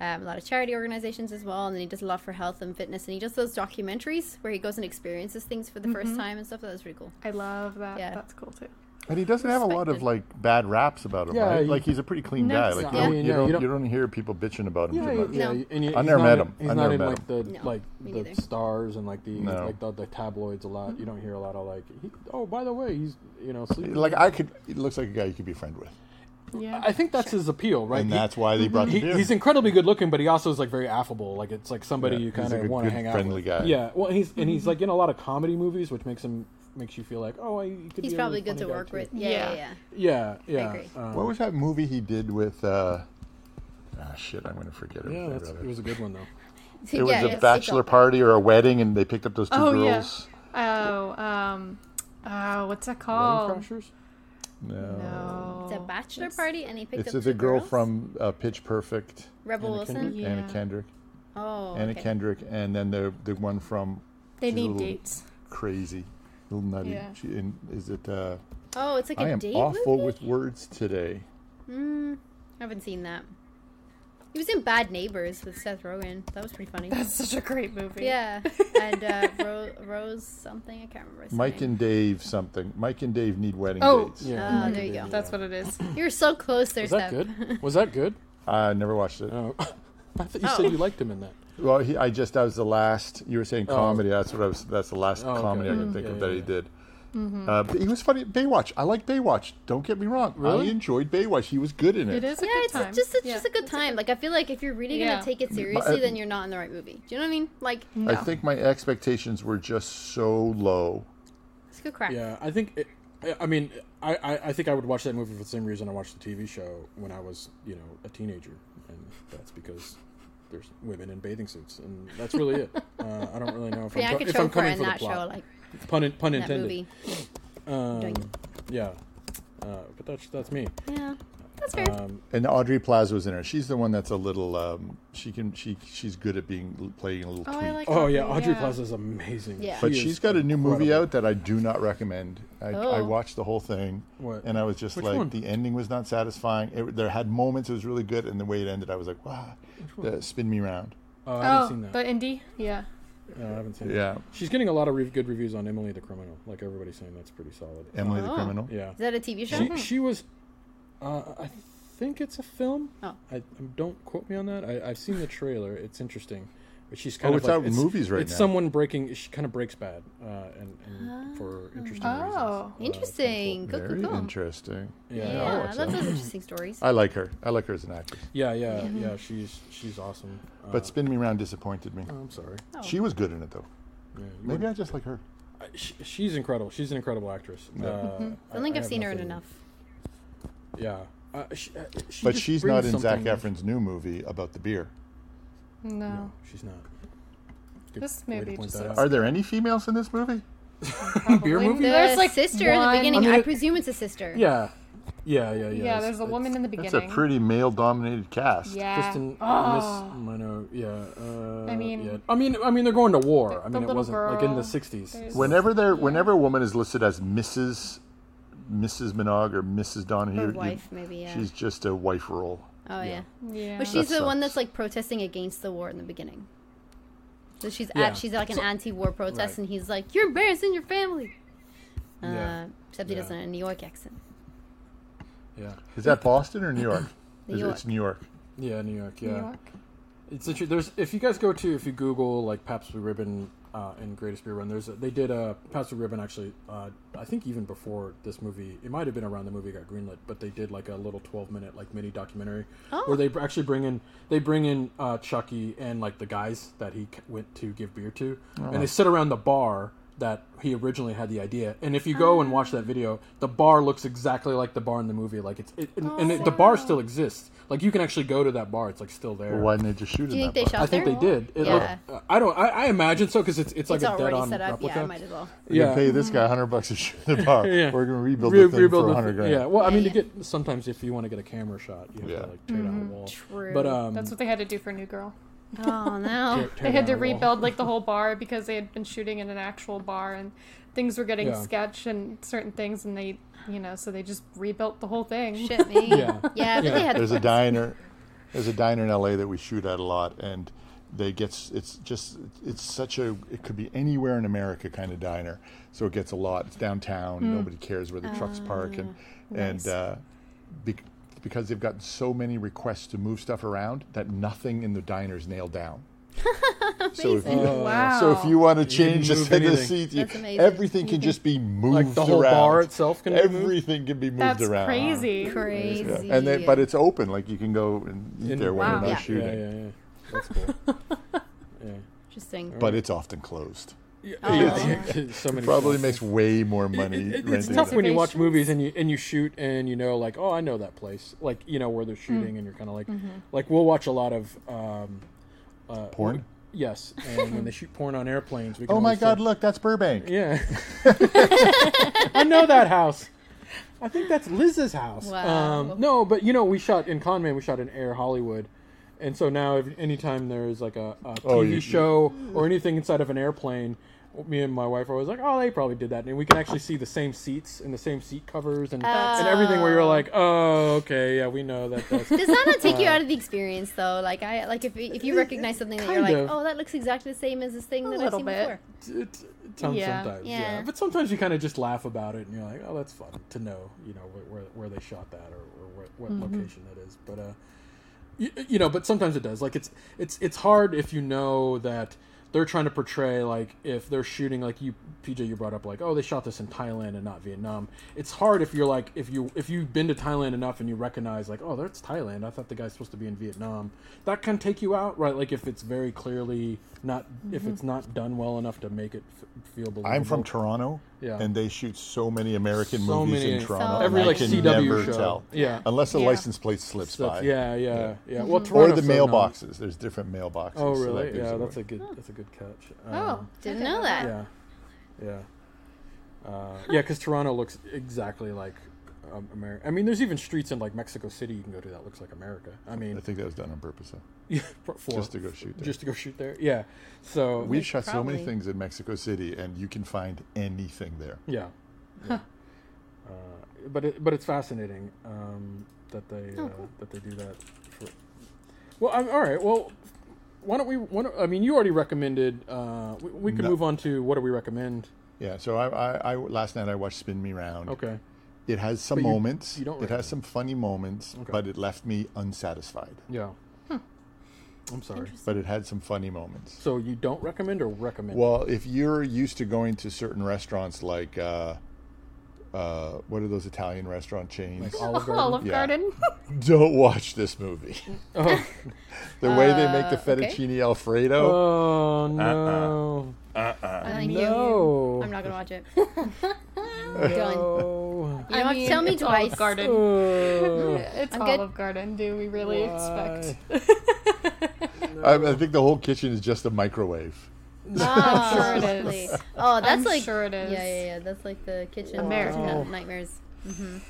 [SPEAKER 1] um, a lot of charity organizations as well. And then he does a lot for health and fitness, and he does those documentaries where he goes and experiences things for the
[SPEAKER 2] Mm-hmm.
[SPEAKER 1] first time and stuff. That was pretty cool.
[SPEAKER 3] I love that.
[SPEAKER 1] Yeah.
[SPEAKER 3] That's cool too.
[SPEAKER 4] And he doesn't have a lot of
[SPEAKER 1] Respected.
[SPEAKER 4] like bad raps about him,
[SPEAKER 2] Yeah,
[SPEAKER 4] right?
[SPEAKER 2] he-
[SPEAKER 4] like he's a pretty clean
[SPEAKER 3] No,
[SPEAKER 4] guy.
[SPEAKER 3] he's not.
[SPEAKER 4] Like you, don't,
[SPEAKER 2] Yeah,
[SPEAKER 4] you,
[SPEAKER 2] no,
[SPEAKER 4] don't,
[SPEAKER 2] you don't-
[SPEAKER 4] you don't hear people bitching about him
[SPEAKER 2] Yeah,
[SPEAKER 4] too much.
[SPEAKER 2] yeah.
[SPEAKER 1] No.
[SPEAKER 2] And he,
[SPEAKER 4] I
[SPEAKER 2] he's
[SPEAKER 4] never
[SPEAKER 2] not
[SPEAKER 4] met
[SPEAKER 2] in-
[SPEAKER 4] him.
[SPEAKER 2] He's
[SPEAKER 4] I
[SPEAKER 2] not
[SPEAKER 4] never
[SPEAKER 2] in
[SPEAKER 4] met
[SPEAKER 2] like the
[SPEAKER 1] No,
[SPEAKER 2] like
[SPEAKER 1] me
[SPEAKER 2] the
[SPEAKER 1] neither.
[SPEAKER 2] stars and like the
[SPEAKER 4] No.
[SPEAKER 2] like the, the tabloids a lot. You don't hear a lot of like. He, oh, by the way, he's you know. Sleeping.
[SPEAKER 4] Like I could, it looks like a guy you could be friend with,
[SPEAKER 3] Yeah.
[SPEAKER 2] I think that's his appeal, right?
[SPEAKER 4] and
[SPEAKER 2] He-
[SPEAKER 4] that's why they brought
[SPEAKER 2] he,
[SPEAKER 4] the beard.
[SPEAKER 2] he's incredibly good looking, but he also is like very affable. Like it's like somebody
[SPEAKER 4] Yeah,
[SPEAKER 2] you
[SPEAKER 4] he's
[SPEAKER 2] kind
[SPEAKER 4] a
[SPEAKER 2] of
[SPEAKER 4] good-
[SPEAKER 2] want to
[SPEAKER 4] good
[SPEAKER 2] hang out.
[SPEAKER 4] friendly
[SPEAKER 2] with.
[SPEAKER 4] guy.
[SPEAKER 2] Yeah. Well, he's and
[SPEAKER 1] Mm-hmm.
[SPEAKER 2] he's like in a lot of comedy movies, which makes him makes you feel like oh, I, he could
[SPEAKER 1] He's
[SPEAKER 2] be a
[SPEAKER 1] probably
[SPEAKER 2] really
[SPEAKER 1] good
[SPEAKER 2] funny
[SPEAKER 1] to
[SPEAKER 2] guy,
[SPEAKER 1] work
[SPEAKER 2] too.
[SPEAKER 1] with. Yeah, yeah,
[SPEAKER 3] Yeah.
[SPEAKER 1] yeah.
[SPEAKER 2] Yeah. Yeah.
[SPEAKER 1] agree.
[SPEAKER 2] um,
[SPEAKER 4] what was that movie he did with? uh Ah, shit, I'm gonna forget it.
[SPEAKER 2] yeah. That's, it was a good one though.
[SPEAKER 4] It was
[SPEAKER 1] Yeah,
[SPEAKER 4] a
[SPEAKER 1] yes,
[SPEAKER 4] bachelor
[SPEAKER 1] it's all-
[SPEAKER 4] party or a wedding, and they picked up those two
[SPEAKER 3] Oh, yeah.
[SPEAKER 4] girls.
[SPEAKER 3] Oh, um, oh, what's that called?
[SPEAKER 2] Crashers.
[SPEAKER 4] No,
[SPEAKER 3] No.
[SPEAKER 1] It's a bachelor party, and he picked
[SPEAKER 4] it's
[SPEAKER 1] up
[SPEAKER 4] with a
[SPEAKER 1] two
[SPEAKER 4] girl
[SPEAKER 1] girls?
[SPEAKER 4] from uh, Pitch Perfect,
[SPEAKER 1] Rebel Wilson.
[SPEAKER 3] Yeah.
[SPEAKER 4] Anna Kendrick,
[SPEAKER 1] Oh,
[SPEAKER 4] Anna
[SPEAKER 1] okay.
[SPEAKER 4] Kendrick, and then the the one from
[SPEAKER 3] They
[SPEAKER 4] she's a
[SPEAKER 3] need
[SPEAKER 4] little
[SPEAKER 3] dates.
[SPEAKER 4] crazy, little nutty.
[SPEAKER 3] Yeah.
[SPEAKER 4] She and is it? Uh,
[SPEAKER 1] Oh, it's like a
[SPEAKER 4] I am
[SPEAKER 1] date
[SPEAKER 4] awful
[SPEAKER 1] movie?
[SPEAKER 4] with words today.
[SPEAKER 1] Mm, I haven't seen that. He was in Bad Neighbors with Seth Rogen. That was pretty funny.
[SPEAKER 3] That's such a great movie.
[SPEAKER 1] Yeah, and uh, Ro- Rose something I can't remember. His
[SPEAKER 4] Mike
[SPEAKER 1] name.
[SPEAKER 4] and Dave something. Mike and Dave need wedding
[SPEAKER 3] Oh.
[SPEAKER 4] dates.
[SPEAKER 2] Yeah.
[SPEAKER 1] Oh, there you go.
[SPEAKER 3] That's what it is.
[SPEAKER 1] You're so close there,
[SPEAKER 2] Was that
[SPEAKER 1] Steph.
[SPEAKER 2] good? Was that good?
[SPEAKER 4] I never watched it.
[SPEAKER 2] Oh. I thought you said you liked him in that.
[SPEAKER 4] Well, he, I just that was the last. You were saying comedy. That's what I was. That's the last
[SPEAKER 2] okay.
[SPEAKER 4] comedy I can
[SPEAKER 2] Mm.
[SPEAKER 4] think
[SPEAKER 2] Yeah,
[SPEAKER 4] of
[SPEAKER 2] yeah,
[SPEAKER 4] that he
[SPEAKER 2] yeah.
[SPEAKER 4] did. Uh, but he was funny. Baywatch. I like Baywatch. Don't get me wrong.
[SPEAKER 2] Really?
[SPEAKER 4] I enjoyed Baywatch. He was good in it.
[SPEAKER 3] It is a
[SPEAKER 1] Yeah,
[SPEAKER 3] good
[SPEAKER 1] it's
[SPEAKER 3] time.
[SPEAKER 1] just it's
[SPEAKER 3] Yeah.
[SPEAKER 1] just a good time. Like I feel like if you're really
[SPEAKER 3] Yeah.
[SPEAKER 1] gonna take
[SPEAKER 2] uh,
[SPEAKER 1] it seriously,
[SPEAKER 4] I-
[SPEAKER 1] then you're not in the right movie. Do you know what I mean? Like
[SPEAKER 4] I think my expectations were just so low.
[SPEAKER 1] it's a good crack.
[SPEAKER 2] Yeah, I think. It, I- I mean, I, I, I think I would watch that movie for the same reason I watched the TV show when I was, you know, a teenager, and that's because there's women in bathing suits, and that's really it. Uh, I don't really know if I'm,
[SPEAKER 1] Priyanka
[SPEAKER 2] co- if I'm
[SPEAKER 1] Chopra
[SPEAKER 2] coming
[SPEAKER 1] in
[SPEAKER 2] for the
[SPEAKER 1] that show,
[SPEAKER 2] plot.
[SPEAKER 1] like
[SPEAKER 2] pun in, pun
[SPEAKER 1] in that
[SPEAKER 2] intended.
[SPEAKER 1] movie.
[SPEAKER 2] Um,
[SPEAKER 1] Doink.
[SPEAKER 2] yeah, uh, but that's that's me.
[SPEAKER 1] Yeah, that's
[SPEAKER 3] That's fair.
[SPEAKER 2] um,
[SPEAKER 4] And Audrey Plaza was in her. She's the one that's a little. Um, she can. She she's good at being playing a little
[SPEAKER 3] oh,
[SPEAKER 4] tweak.
[SPEAKER 3] I like.
[SPEAKER 2] Oh
[SPEAKER 3] that
[SPEAKER 2] yeah,
[SPEAKER 3] movie,
[SPEAKER 2] Audrey Plaza is amazing.
[SPEAKER 1] Yeah.
[SPEAKER 4] but
[SPEAKER 2] She
[SPEAKER 4] she's
[SPEAKER 2] is
[SPEAKER 4] got a new movie
[SPEAKER 2] incredible.
[SPEAKER 4] out that I do not recommend. I, I
[SPEAKER 3] Oh.
[SPEAKER 4] watched the whole thing,
[SPEAKER 2] What?
[SPEAKER 4] and I was just
[SPEAKER 2] Which
[SPEAKER 4] like,
[SPEAKER 2] one?
[SPEAKER 4] the ending was not satisfying. It, there had moments it was really good, and the way it ended, I was like, wow, the, spin me round.
[SPEAKER 2] Uh, I haven't
[SPEAKER 3] Oh,
[SPEAKER 2] seen that.
[SPEAKER 3] the indie. Yeah.
[SPEAKER 2] No, I haven't seen it.
[SPEAKER 4] Yeah,
[SPEAKER 2] She's getting a lot of re- good reviews on Emily the Criminal. Like everybody's saying, that's pretty solid.
[SPEAKER 4] Emily the
[SPEAKER 1] Oh.
[SPEAKER 4] Criminal.
[SPEAKER 2] Yeah.
[SPEAKER 1] Is that a TV show?
[SPEAKER 3] Mm-hmm.
[SPEAKER 1] Hmm.
[SPEAKER 2] She, she was. Uh, I think it's a film.
[SPEAKER 1] Oh.
[SPEAKER 2] I, I don't quote me on that. I, I've seen the trailer. It's interesting. But she's
[SPEAKER 4] Oh,
[SPEAKER 2] kind of
[SPEAKER 4] it's
[SPEAKER 2] like,
[SPEAKER 4] out in movies right
[SPEAKER 2] it's
[SPEAKER 4] now.
[SPEAKER 2] someone breaking. She kind of breaks bad, uh, and, and for interesting reasons.
[SPEAKER 3] Ah. Oh.
[SPEAKER 2] Uh,
[SPEAKER 1] Interesting. Cool,
[SPEAKER 4] Very
[SPEAKER 1] cool, cool.
[SPEAKER 4] interesting.
[SPEAKER 2] Yeah.
[SPEAKER 1] Yeah,
[SPEAKER 4] watch
[SPEAKER 1] lots of interesting stories.
[SPEAKER 4] I like her. I like her as an actress.
[SPEAKER 2] yeah, yeah,
[SPEAKER 3] Mm-hmm.
[SPEAKER 2] yeah. She's she's awesome. Uh,
[SPEAKER 4] But Spin Me Round disappointed me.
[SPEAKER 2] I'm sorry.
[SPEAKER 4] She was good in it though.
[SPEAKER 2] Yeah, you
[SPEAKER 4] Maybe I just like her.
[SPEAKER 2] I- sh- she's incredible. She's an incredible actress. Uh,
[SPEAKER 3] Mm-hmm.
[SPEAKER 1] I don't think
[SPEAKER 2] I
[SPEAKER 1] I've
[SPEAKER 2] have
[SPEAKER 1] seen her in
[SPEAKER 2] nothing-
[SPEAKER 1] enough.
[SPEAKER 2] Yeah. Uh, she, uh, she
[SPEAKER 4] But
[SPEAKER 2] just
[SPEAKER 4] she's not
[SPEAKER 2] brings
[SPEAKER 4] in Zac
[SPEAKER 2] something-
[SPEAKER 4] Efron's new movie about the beer.
[SPEAKER 3] No.
[SPEAKER 2] No, she's not. Good
[SPEAKER 3] This
[SPEAKER 2] way to
[SPEAKER 3] movie
[SPEAKER 2] point
[SPEAKER 3] just
[SPEAKER 2] that
[SPEAKER 3] looks-
[SPEAKER 2] out.
[SPEAKER 4] Are there any females in this movie?
[SPEAKER 2] beer
[SPEAKER 3] Probably
[SPEAKER 2] movie?
[SPEAKER 1] The
[SPEAKER 3] not. There's like
[SPEAKER 1] sister in
[SPEAKER 3] one-
[SPEAKER 1] the beginning. I,
[SPEAKER 3] I mean,
[SPEAKER 1] presume it's a sister.
[SPEAKER 2] Yeah. Yeah, yeah, yeah.
[SPEAKER 3] Yeah, there's a woman in the
[SPEAKER 4] That's
[SPEAKER 3] beginning.
[SPEAKER 4] a pretty male-dominated cast.
[SPEAKER 3] Yeah.
[SPEAKER 2] Kristen
[SPEAKER 3] oh.
[SPEAKER 2] Miss Mino, yeah. Uh,
[SPEAKER 3] I mean-
[SPEAKER 2] yeah. I mean, I mean, they're going to war. I
[SPEAKER 3] the
[SPEAKER 2] mean, it
[SPEAKER 3] little
[SPEAKER 2] wasn't like in the
[SPEAKER 3] girl.
[SPEAKER 2] '60s.
[SPEAKER 4] Whenever there, whenever a woman is listed as Mrs. Mrs. Minogue or Mrs. Donahue,
[SPEAKER 1] Her
[SPEAKER 4] you-
[SPEAKER 1] wife, maybe. Yeah.
[SPEAKER 4] she's just a wife role.
[SPEAKER 1] oh yeah.
[SPEAKER 3] yeah.
[SPEAKER 1] But she's
[SPEAKER 4] That
[SPEAKER 1] the one
[SPEAKER 4] sucks.
[SPEAKER 1] that's like protesting against the war in the beginning. So she's
[SPEAKER 2] Yeah.
[SPEAKER 1] at she's like an anti-war protest,
[SPEAKER 2] Right.
[SPEAKER 1] and he's like, "You're embarrassing your family." Uh,
[SPEAKER 2] Yeah.
[SPEAKER 1] Except he
[SPEAKER 2] Yeah.
[SPEAKER 1] doesn't have a New York accent.
[SPEAKER 2] Yeah,
[SPEAKER 4] Is that Boston or New York?
[SPEAKER 1] New
[SPEAKER 4] Is it-
[SPEAKER 1] York.
[SPEAKER 4] It's New York.
[SPEAKER 2] yeah, New York.
[SPEAKER 3] New
[SPEAKER 2] Yeah,
[SPEAKER 3] York.
[SPEAKER 2] it's interesting. There's if you guys go to if you Google like Pabst Blue Ribbon uh, and Greatest Beer Run, there's a, they did a Pabst Blue Ribbon actually. Uh, I think even before this movie, it might have been around the movie got greenlit, but they did like a little 12 minute like mini documentary where they br- actually bring in they bring in uh, Chucky and like the guys that he c- went to give beer to, and they sit around the bar. That he originally had the idea, and if you go and watch that video, the bar looks exactly like the bar in the movie. Like it's, it, and, and it, the bar still exists. Like you can actually go to that bar; it's like still there.
[SPEAKER 4] Why didn't they just shoot
[SPEAKER 1] Do
[SPEAKER 4] in
[SPEAKER 1] you think
[SPEAKER 4] that
[SPEAKER 1] they
[SPEAKER 4] part?
[SPEAKER 1] shot
[SPEAKER 2] I think
[SPEAKER 1] there?
[SPEAKER 2] they did. It
[SPEAKER 1] Yeah.
[SPEAKER 2] looked- uh, I don't. I, I imagine so because it's it's like
[SPEAKER 1] It's
[SPEAKER 2] a dead
[SPEAKER 1] already
[SPEAKER 2] on
[SPEAKER 1] set up.
[SPEAKER 2] replica.
[SPEAKER 1] Yeah, I might as well.
[SPEAKER 4] You
[SPEAKER 2] Yeah.
[SPEAKER 4] pay this guy 100 bucks to shoot the bar. We're going to rebuild
[SPEAKER 2] Re-
[SPEAKER 4] the thing
[SPEAKER 2] rebuild
[SPEAKER 4] for
[SPEAKER 2] the
[SPEAKER 4] 100
[SPEAKER 2] thing.
[SPEAKER 4] grand.
[SPEAKER 2] Yeah. Mm-hmm. Well, I mean, to
[SPEAKER 1] yeah.
[SPEAKER 2] get sometimes if you want to get a camera shot, you have
[SPEAKER 4] Yeah.
[SPEAKER 2] to like tear down a wall.
[SPEAKER 1] True.
[SPEAKER 2] But um,
[SPEAKER 3] That's what they had to do for New Girl.
[SPEAKER 1] oh no.
[SPEAKER 2] tear
[SPEAKER 3] They had to
[SPEAKER 2] down a wall.
[SPEAKER 3] rebuild like the whole bar because they had been shooting in an actual bar and things were getting
[SPEAKER 2] Yeah.
[SPEAKER 3] sketch and certain things and they, you know, so they just rebuilt the whole thing.
[SPEAKER 1] Shit me. Yeah.
[SPEAKER 2] Yeah.
[SPEAKER 1] but they had
[SPEAKER 4] There's a diner. There's a diner in LA that we shoot at a lot, and they gets it's just it's such a it could be anywhere in America kind of diner, so it gets a lot. It's downtown.
[SPEAKER 1] Hmm.
[SPEAKER 4] Nobody cares where the trucks park, and
[SPEAKER 1] Ah,
[SPEAKER 4] and uh, be, because they've gotten so many requests to move stuff around that nothing in the diner's nailed down. so if you,
[SPEAKER 3] Wow.
[SPEAKER 4] so if you want to
[SPEAKER 2] can
[SPEAKER 4] change the
[SPEAKER 2] Oh, move
[SPEAKER 4] set of
[SPEAKER 2] anything.
[SPEAKER 4] seats, you,
[SPEAKER 1] That's amazing.
[SPEAKER 4] everything can just be moved
[SPEAKER 2] the whole
[SPEAKER 4] around.
[SPEAKER 2] bar itself can be moved?
[SPEAKER 4] everything can be moved
[SPEAKER 3] That's
[SPEAKER 4] around.
[SPEAKER 3] crazy.
[SPEAKER 1] crazy.
[SPEAKER 4] Yeah. And then, but it's open, like you can go and eat there when
[SPEAKER 3] Wow.
[SPEAKER 4] you're not
[SPEAKER 3] Yeah.
[SPEAKER 4] shooting.
[SPEAKER 2] Yeah, yeah, yeah. That's cool. yeah.
[SPEAKER 1] interesting.
[SPEAKER 4] But it's often closed.
[SPEAKER 2] so many
[SPEAKER 4] Probably
[SPEAKER 2] stuff.
[SPEAKER 4] makes way more money.
[SPEAKER 2] Oh. It- it- it's
[SPEAKER 4] renting
[SPEAKER 2] tough
[SPEAKER 4] it.
[SPEAKER 2] when you watch
[SPEAKER 3] Reservations?
[SPEAKER 2] movies and you and you shoot and you know like oh I know that place like you know where they're shooting and you're kind of like like we'll watch a lot of um,
[SPEAKER 4] porn.
[SPEAKER 2] yes and when they shoot porn on airplanes we can
[SPEAKER 4] Oh my
[SPEAKER 2] always
[SPEAKER 4] God!
[SPEAKER 2] tell-
[SPEAKER 4] Look, that's Burbank.
[SPEAKER 2] yeah I know that house I think that's Liz's house
[SPEAKER 1] Wow.
[SPEAKER 2] um, no but you know we shot in Conman we shot in Air Hollywood. And so now, if anytime there is like a, a TV
[SPEAKER 4] Oh, you-
[SPEAKER 2] show or anything inside of an airplane, me and my wife are always like, "Oh, they probably did that," and we can actually see the same seats and the same seat covers and, and everything. Where you're like, "Oh, okay, yeah, we know that." That's,
[SPEAKER 1] Does that not take you out of the experience though? Like I like if if you recognize something that you're
[SPEAKER 2] Kind
[SPEAKER 1] like,
[SPEAKER 2] of.
[SPEAKER 1] oh, that looks exactly the same as this thing that I've
[SPEAKER 3] little
[SPEAKER 1] seen
[SPEAKER 3] bit.
[SPEAKER 1] before.
[SPEAKER 2] it, some-
[SPEAKER 3] Yeah.
[SPEAKER 2] sometimes, yeah.
[SPEAKER 1] Yeah.
[SPEAKER 2] But sometimes you kind of just laugh about it, and you're like, "Oh, that's fun to know," you know, where where, where they shot that or, or what, what location that is. But uh, you, you know, but sometimes it does. Like it's it's it's hard if you know that they're trying to portray like if they're shooting like you PJ you brought up like oh they shot this in Thailand and not Vietnam. It's hard if you're like if you if you've been to Thailand enough and you recognize like oh that's Thailand. I thought the guy's supposed to be in Vietnam. That can take you out, right? Like if it's very clearly not if it's not done well enough to make it f- feel believable.
[SPEAKER 4] I'm from Toronto,
[SPEAKER 2] Mhm. Yeah.
[SPEAKER 4] and they shoot so many American
[SPEAKER 2] So
[SPEAKER 4] movies
[SPEAKER 2] many-
[SPEAKER 4] in Toronto.
[SPEAKER 1] So
[SPEAKER 4] and
[SPEAKER 2] Every
[SPEAKER 4] I
[SPEAKER 2] like
[SPEAKER 4] can
[SPEAKER 2] CW
[SPEAKER 4] never
[SPEAKER 2] show.
[SPEAKER 4] tell.
[SPEAKER 2] Yeah.
[SPEAKER 4] Unless the
[SPEAKER 3] Yeah.
[SPEAKER 4] license plate slips
[SPEAKER 2] Stuff-
[SPEAKER 4] by.
[SPEAKER 2] yeah, yeah, yeah. Well,
[SPEAKER 4] Or
[SPEAKER 2] Toronto's
[SPEAKER 4] the
[SPEAKER 2] so known.
[SPEAKER 4] mailboxes. There's different mailboxes.
[SPEAKER 2] Oh,
[SPEAKER 4] so that
[SPEAKER 2] really?
[SPEAKER 4] gives
[SPEAKER 2] yeah,
[SPEAKER 4] away.
[SPEAKER 2] that's a good that's a good catch.
[SPEAKER 3] Oh.
[SPEAKER 2] Um,
[SPEAKER 1] Didn't know that.
[SPEAKER 2] Yeah, yeah, uh, yeah. Because Toronto looks exactly like uh, um, America. I mean, there's even streets in like Mexico City you can go to that looks like America. I
[SPEAKER 4] I
[SPEAKER 2] mean,
[SPEAKER 4] think that was done on purpose. Though.
[SPEAKER 2] for, for-
[SPEAKER 4] Just to go shoot there.
[SPEAKER 2] Just to go shoot there. Yeah. So
[SPEAKER 4] We've shot so many
[SPEAKER 1] probably-
[SPEAKER 4] things in Mexico City, and you can find anything there.
[SPEAKER 2] yeah. Yeah. uh, but it, but it's fascinating um, that they uh, that they do that. For... Well, I'm, all right. Well, why don't we? Why don't, I mean, you already recommended. Uh, we, we can
[SPEAKER 4] No.
[SPEAKER 2] move on to what do we recommend?
[SPEAKER 4] Yeah. So I, I, I last night I watched Spin Me Round.
[SPEAKER 2] Okay.
[SPEAKER 4] It has some
[SPEAKER 2] But you-
[SPEAKER 4] moments.
[SPEAKER 2] you don't
[SPEAKER 4] it
[SPEAKER 2] recommend
[SPEAKER 4] has some funny moments, but it left me unsatisfied.
[SPEAKER 2] Yeah. I'm sorry.
[SPEAKER 4] But it had some funny moments.
[SPEAKER 2] So you don't recommend or recommend?
[SPEAKER 4] Well, if you're used to going to certain restaurants like, uh, uh, what are those Italian restaurant chains?
[SPEAKER 2] Olive Garden.
[SPEAKER 3] Olive
[SPEAKER 4] Yeah.
[SPEAKER 3] Garden.
[SPEAKER 4] Don't watch this movie.
[SPEAKER 2] Oh.
[SPEAKER 4] the way they make the
[SPEAKER 1] Uh, okay.
[SPEAKER 4] fettuccine alfredo. Uh-uh.
[SPEAKER 2] Oh no!
[SPEAKER 1] Thank you.
[SPEAKER 2] No!
[SPEAKER 1] I'm not gonna watch it. Done.
[SPEAKER 2] Oh.
[SPEAKER 1] You don't have to tell me
[SPEAKER 3] it's Olive
[SPEAKER 1] twice.
[SPEAKER 3] Garden.
[SPEAKER 2] Uh,
[SPEAKER 3] It's
[SPEAKER 1] I'm good.
[SPEAKER 3] Olive Garden. Do we really expect?
[SPEAKER 4] I, I think the whole kitchen is just a microwave.
[SPEAKER 3] I'm sure it is.
[SPEAKER 1] Oh, that's
[SPEAKER 3] I'm
[SPEAKER 1] like
[SPEAKER 3] sure it is.
[SPEAKER 1] yeah, yeah, yeah. That's like the kitchen
[SPEAKER 3] America.
[SPEAKER 1] kitchen nightmares.
[SPEAKER 4] It-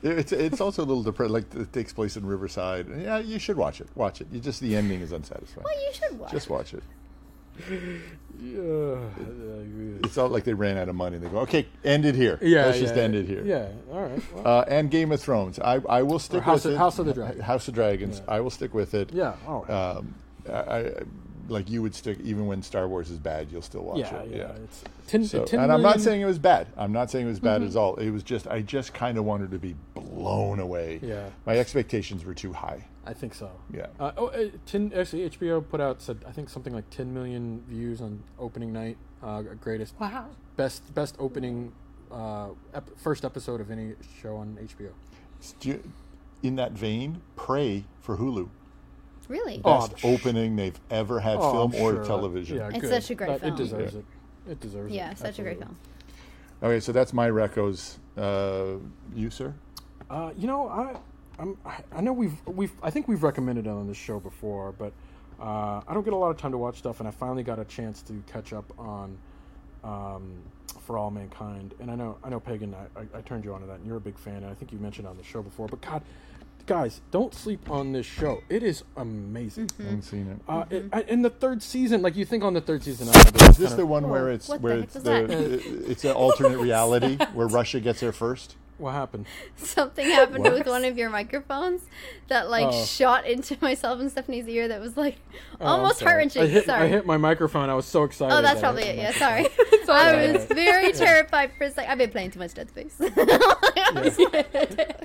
[SPEAKER 4] It's it's also a little depressing. Like it takes place in Riverside. Yeah, you should watch it. Watch it. You just the ending is unsatisfying.
[SPEAKER 1] Well, Oh, you should watch.
[SPEAKER 4] Just watch it.
[SPEAKER 2] yeah.
[SPEAKER 4] It's all like they ran out of money. and They go, okay, end it here.
[SPEAKER 2] Yeah,
[SPEAKER 4] let's just
[SPEAKER 2] yeah,
[SPEAKER 4] end it here.
[SPEAKER 2] Yeah, all right. Well,
[SPEAKER 4] Uh, and Game of Thrones. I, I will stick
[SPEAKER 2] House of-
[SPEAKER 4] with it.
[SPEAKER 2] House of the Dragon.
[SPEAKER 4] House of Dragons. I will stick with it.
[SPEAKER 2] yeah, Oh, all right.
[SPEAKER 4] Um, I, I like you would stick even when Star Wars is bad. You'll still watch
[SPEAKER 2] yeah,
[SPEAKER 4] it.
[SPEAKER 2] yeah. It's ten,
[SPEAKER 4] So,
[SPEAKER 2] ten
[SPEAKER 4] and I'm not
[SPEAKER 2] million-
[SPEAKER 4] saying it was bad. I'm not saying it was
[SPEAKER 2] Mm-hmm.
[SPEAKER 4] bad at all. It was just I just kind of wanted to be blown away.
[SPEAKER 2] Yeah.
[SPEAKER 4] My expectations were too high.
[SPEAKER 2] I think so.
[SPEAKER 4] Yeah.
[SPEAKER 2] Uh, oh, uh, ten, actually, HBO put out said I think something like 10 million views on opening night. Uh, greatest,
[SPEAKER 3] Wow.
[SPEAKER 2] best, best opening, uh, ep- first episode of any show on HBO.
[SPEAKER 4] Do you- In that vein, pray for Hulu.
[SPEAKER 1] Really?
[SPEAKER 2] Oh,
[SPEAKER 4] Best
[SPEAKER 2] I'm sh-
[SPEAKER 4] ovining they've ever had,
[SPEAKER 2] Oh,
[SPEAKER 4] film
[SPEAKER 2] I'm
[SPEAKER 4] or
[SPEAKER 2] sure.
[SPEAKER 4] television.
[SPEAKER 2] Yeah,
[SPEAKER 1] It's
[SPEAKER 2] good.
[SPEAKER 1] such a great
[SPEAKER 2] That-
[SPEAKER 1] film.
[SPEAKER 2] It deserves it. It deserves it.
[SPEAKER 1] yeah, such a great
[SPEAKER 2] absolutely.
[SPEAKER 1] film.
[SPEAKER 4] Okay, so that's my recos. Uh, you, sir?
[SPEAKER 2] Uh, you know, I, I'm, I I know we've we've I think we've recommended it on this show before, but uh, I don't get a lot of time to watch stuff, and I finally got a chance to catch up on um, For All Mankind. And I know I know Pagan, I, I, I turned you on to that, and you're a big fan, and I think you mentioned on the show before. But God, guys, don't sleep on this show. It is amazing.
[SPEAKER 4] I
[SPEAKER 1] Mm-hmm.
[SPEAKER 4] haven't seen it.
[SPEAKER 2] Uh, it, I, in the third season, like you think on the third season, I know,
[SPEAKER 4] Is this the one where it's
[SPEAKER 1] what the
[SPEAKER 4] where
[SPEAKER 1] heck
[SPEAKER 4] it's
[SPEAKER 1] was
[SPEAKER 4] the, it's an alternate reality where Russia gets there first?
[SPEAKER 2] what happened?
[SPEAKER 1] Something happened with one of your microphones that like
[SPEAKER 2] Oh.
[SPEAKER 1] shot into myself and Stephanie's ear. That was like
[SPEAKER 2] Oh, I'm
[SPEAKER 1] almost
[SPEAKER 2] sorry.
[SPEAKER 1] heart wrenching.
[SPEAKER 2] I hit,
[SPEAKER 1] Sorry.
[SPEAKER 2] I hit my microphone. I was so excited.
[SPEAKER 1] Oh,
[SPEAKER 2] that
[SPEAKER 1] that's
[SPEAKER 2] I
[SPEAKER 1] probably
[SPEAKER 2] hit
[SPEAKER 1] it.
[SPEAKER 2] my
[SPEAKER 1] Yeah,
[SPEAKER 2] microphone.
[SPEAKER 1] sorry.
[SPEAKER 3] It's all
[SPEAKER 1] I
[SPEAKER 3] good.
[SPEAKER 1] was very terrified for a second. I've been playing too much Dead Space.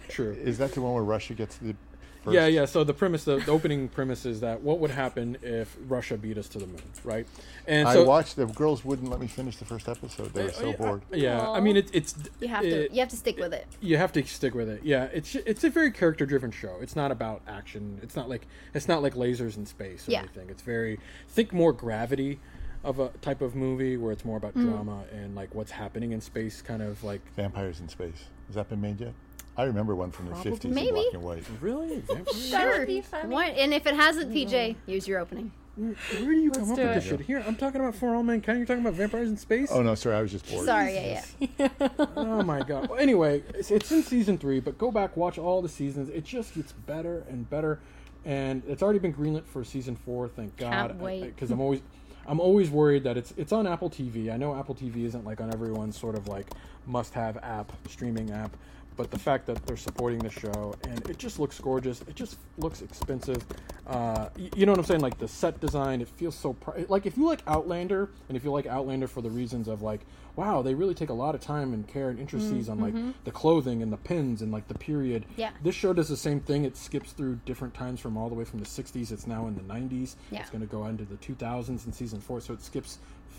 [SPEAKER 2] True.
[SPEAKER 4] Is that the one where Russia gets the first?
[SPEAKER 2] Yeah, yeah. So the premise, the, the opening premise is that what would happen if Russia beat us to the moon, right? And
[SPEAKER 4] I
[SPEAKER 2] so, Oh,
[SPEAKER 4] watched. The girls wouldn't let me finish the first episode. They were so
[SPEAKER 2] yeah,
[SPEAKER 4] bored.
[SPEAKER 2] Yeah, I mean, it, it's
[SPEAKER 1] you have to.
[SPEAKER 2] it-
[SPEAKER 1] You have to stick with it.
[SPEAKER 2] you have to stick with it. Yeah, it's it's a very character driven show. It's not about action. It's not like it's not like lasers in space or
[SPEAKER 1] Yeah.
[SPEAKER 2] anything. It's very think more gravity of a type of movie where it's more about
[SPEAKER 1] Mm.
[SPEAKER 2] drama and like what's happening in space, kind of like
[SPEAKER 4] Vampires in space. Has that been made yet? I remember one from the fifties,
[SPEAKER 1] Maybe.
[SPEAKER 4] black and white.
[SPEAKER 2] really. Vampires?
[SPEAKER 3] That would be funny. Mm-hmm.
[SPEAKER 1] What? And if it hasn't, PJ, here's your opening.
[SPEAKER 2] Where do you come up
[SPEAKER 3] do
[SPEAKER 2] with this
[SPEAKER 3] it.
[SPEAKER 2] shit? Here, I'm talking about For All Mankind. You're talking about vampires in space.
[SPEAKER 4] Oh no, sorry, I was just bored.
[SPEAKER 1] Sorry. Yeah, yeah.
[SPEAKER 2] Oh my god. Well, anyway, it's, it's in season three, but go back, watch all the seasons. It just gets better and better, and it's already been greenlit for season four. Thank God.
[SPEAKER 1] wait.
[SPEAKER 2] Because I'm always, I'm always worried that it's it's on Apple TV. I know Apple TV isn't like on everyone's sort of like must-have app, streaming app, but the fact that they're supporting the show and it just looks gorgeous. It just looks expensive. Uh, y- you know what I'm saying? Like the set design, it feels so pri- like if you like Outlander and if you like Outlander for the reasons of like wow, they really take a lot of time and care and interest these on like the clothing and the pins and like the period.
[SPEAKER 1] Yeah.
[SPEAKER 2] This show does the same thing. It skips through different times from all the way from the 60s. It's now in the 90s.
[SPEAKER 1] Yeah.
[SPEAKER 2] It's going to go into the 2000s in season four. So it skips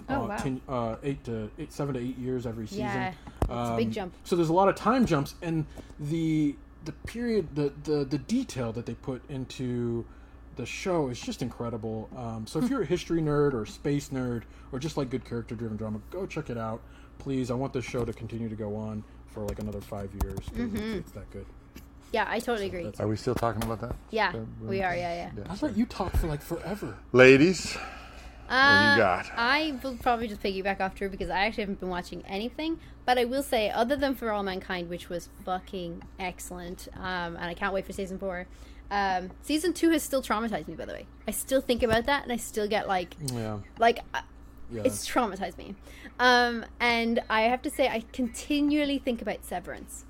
[SPEAKER 2] uh,
[SPEAKER 3] Oh, wow.
[SPEAKER 2] 10, uh, eight to eight, seven to eight years every season.
[SPEAKER 1] Yeah, it's a big
[SPEAKER 2] Um,
[SPEAKER 1] jump.
[SPEAKER 2] So there's a lot of time jumps, and the the period, the the, the detail that they put into the show is just incredible. Um, so if you're a history nerd or a space nerd or just like good character driven drama, go check it out, please. I want this show to continue to go on for like another five years. 'cause it's- It's that good.
[SPEAKER 1] Yeah, I totally agree.
[SPEAKER 4] Are we still talking about that?
[SPEAKER 1] Yeah, we are. Yeah, yeah.
[SPEAKER 2] I thought you talked for like forever.
[SPEAKER 4] Ladies, What do you got?
[SPEAKER 1] Uh, I will probably just piggyback off Drew because I actually haven't been watching anything. But I will say, other than For All Mankind, which was fucking excellent, um, and I can't wait for season four. Um, season two has still traumatized me, by the way. I still think about that, and I still get like,
[SPEAKER 4] Mm.
[SPEAKER 2] Yeah.
[SPEAKER 1] like, uh,
[SPEAKER 2] Yeah.
[SPEAKER 1] it's traumatized me. Um, and I have to say, I continually think about Severance.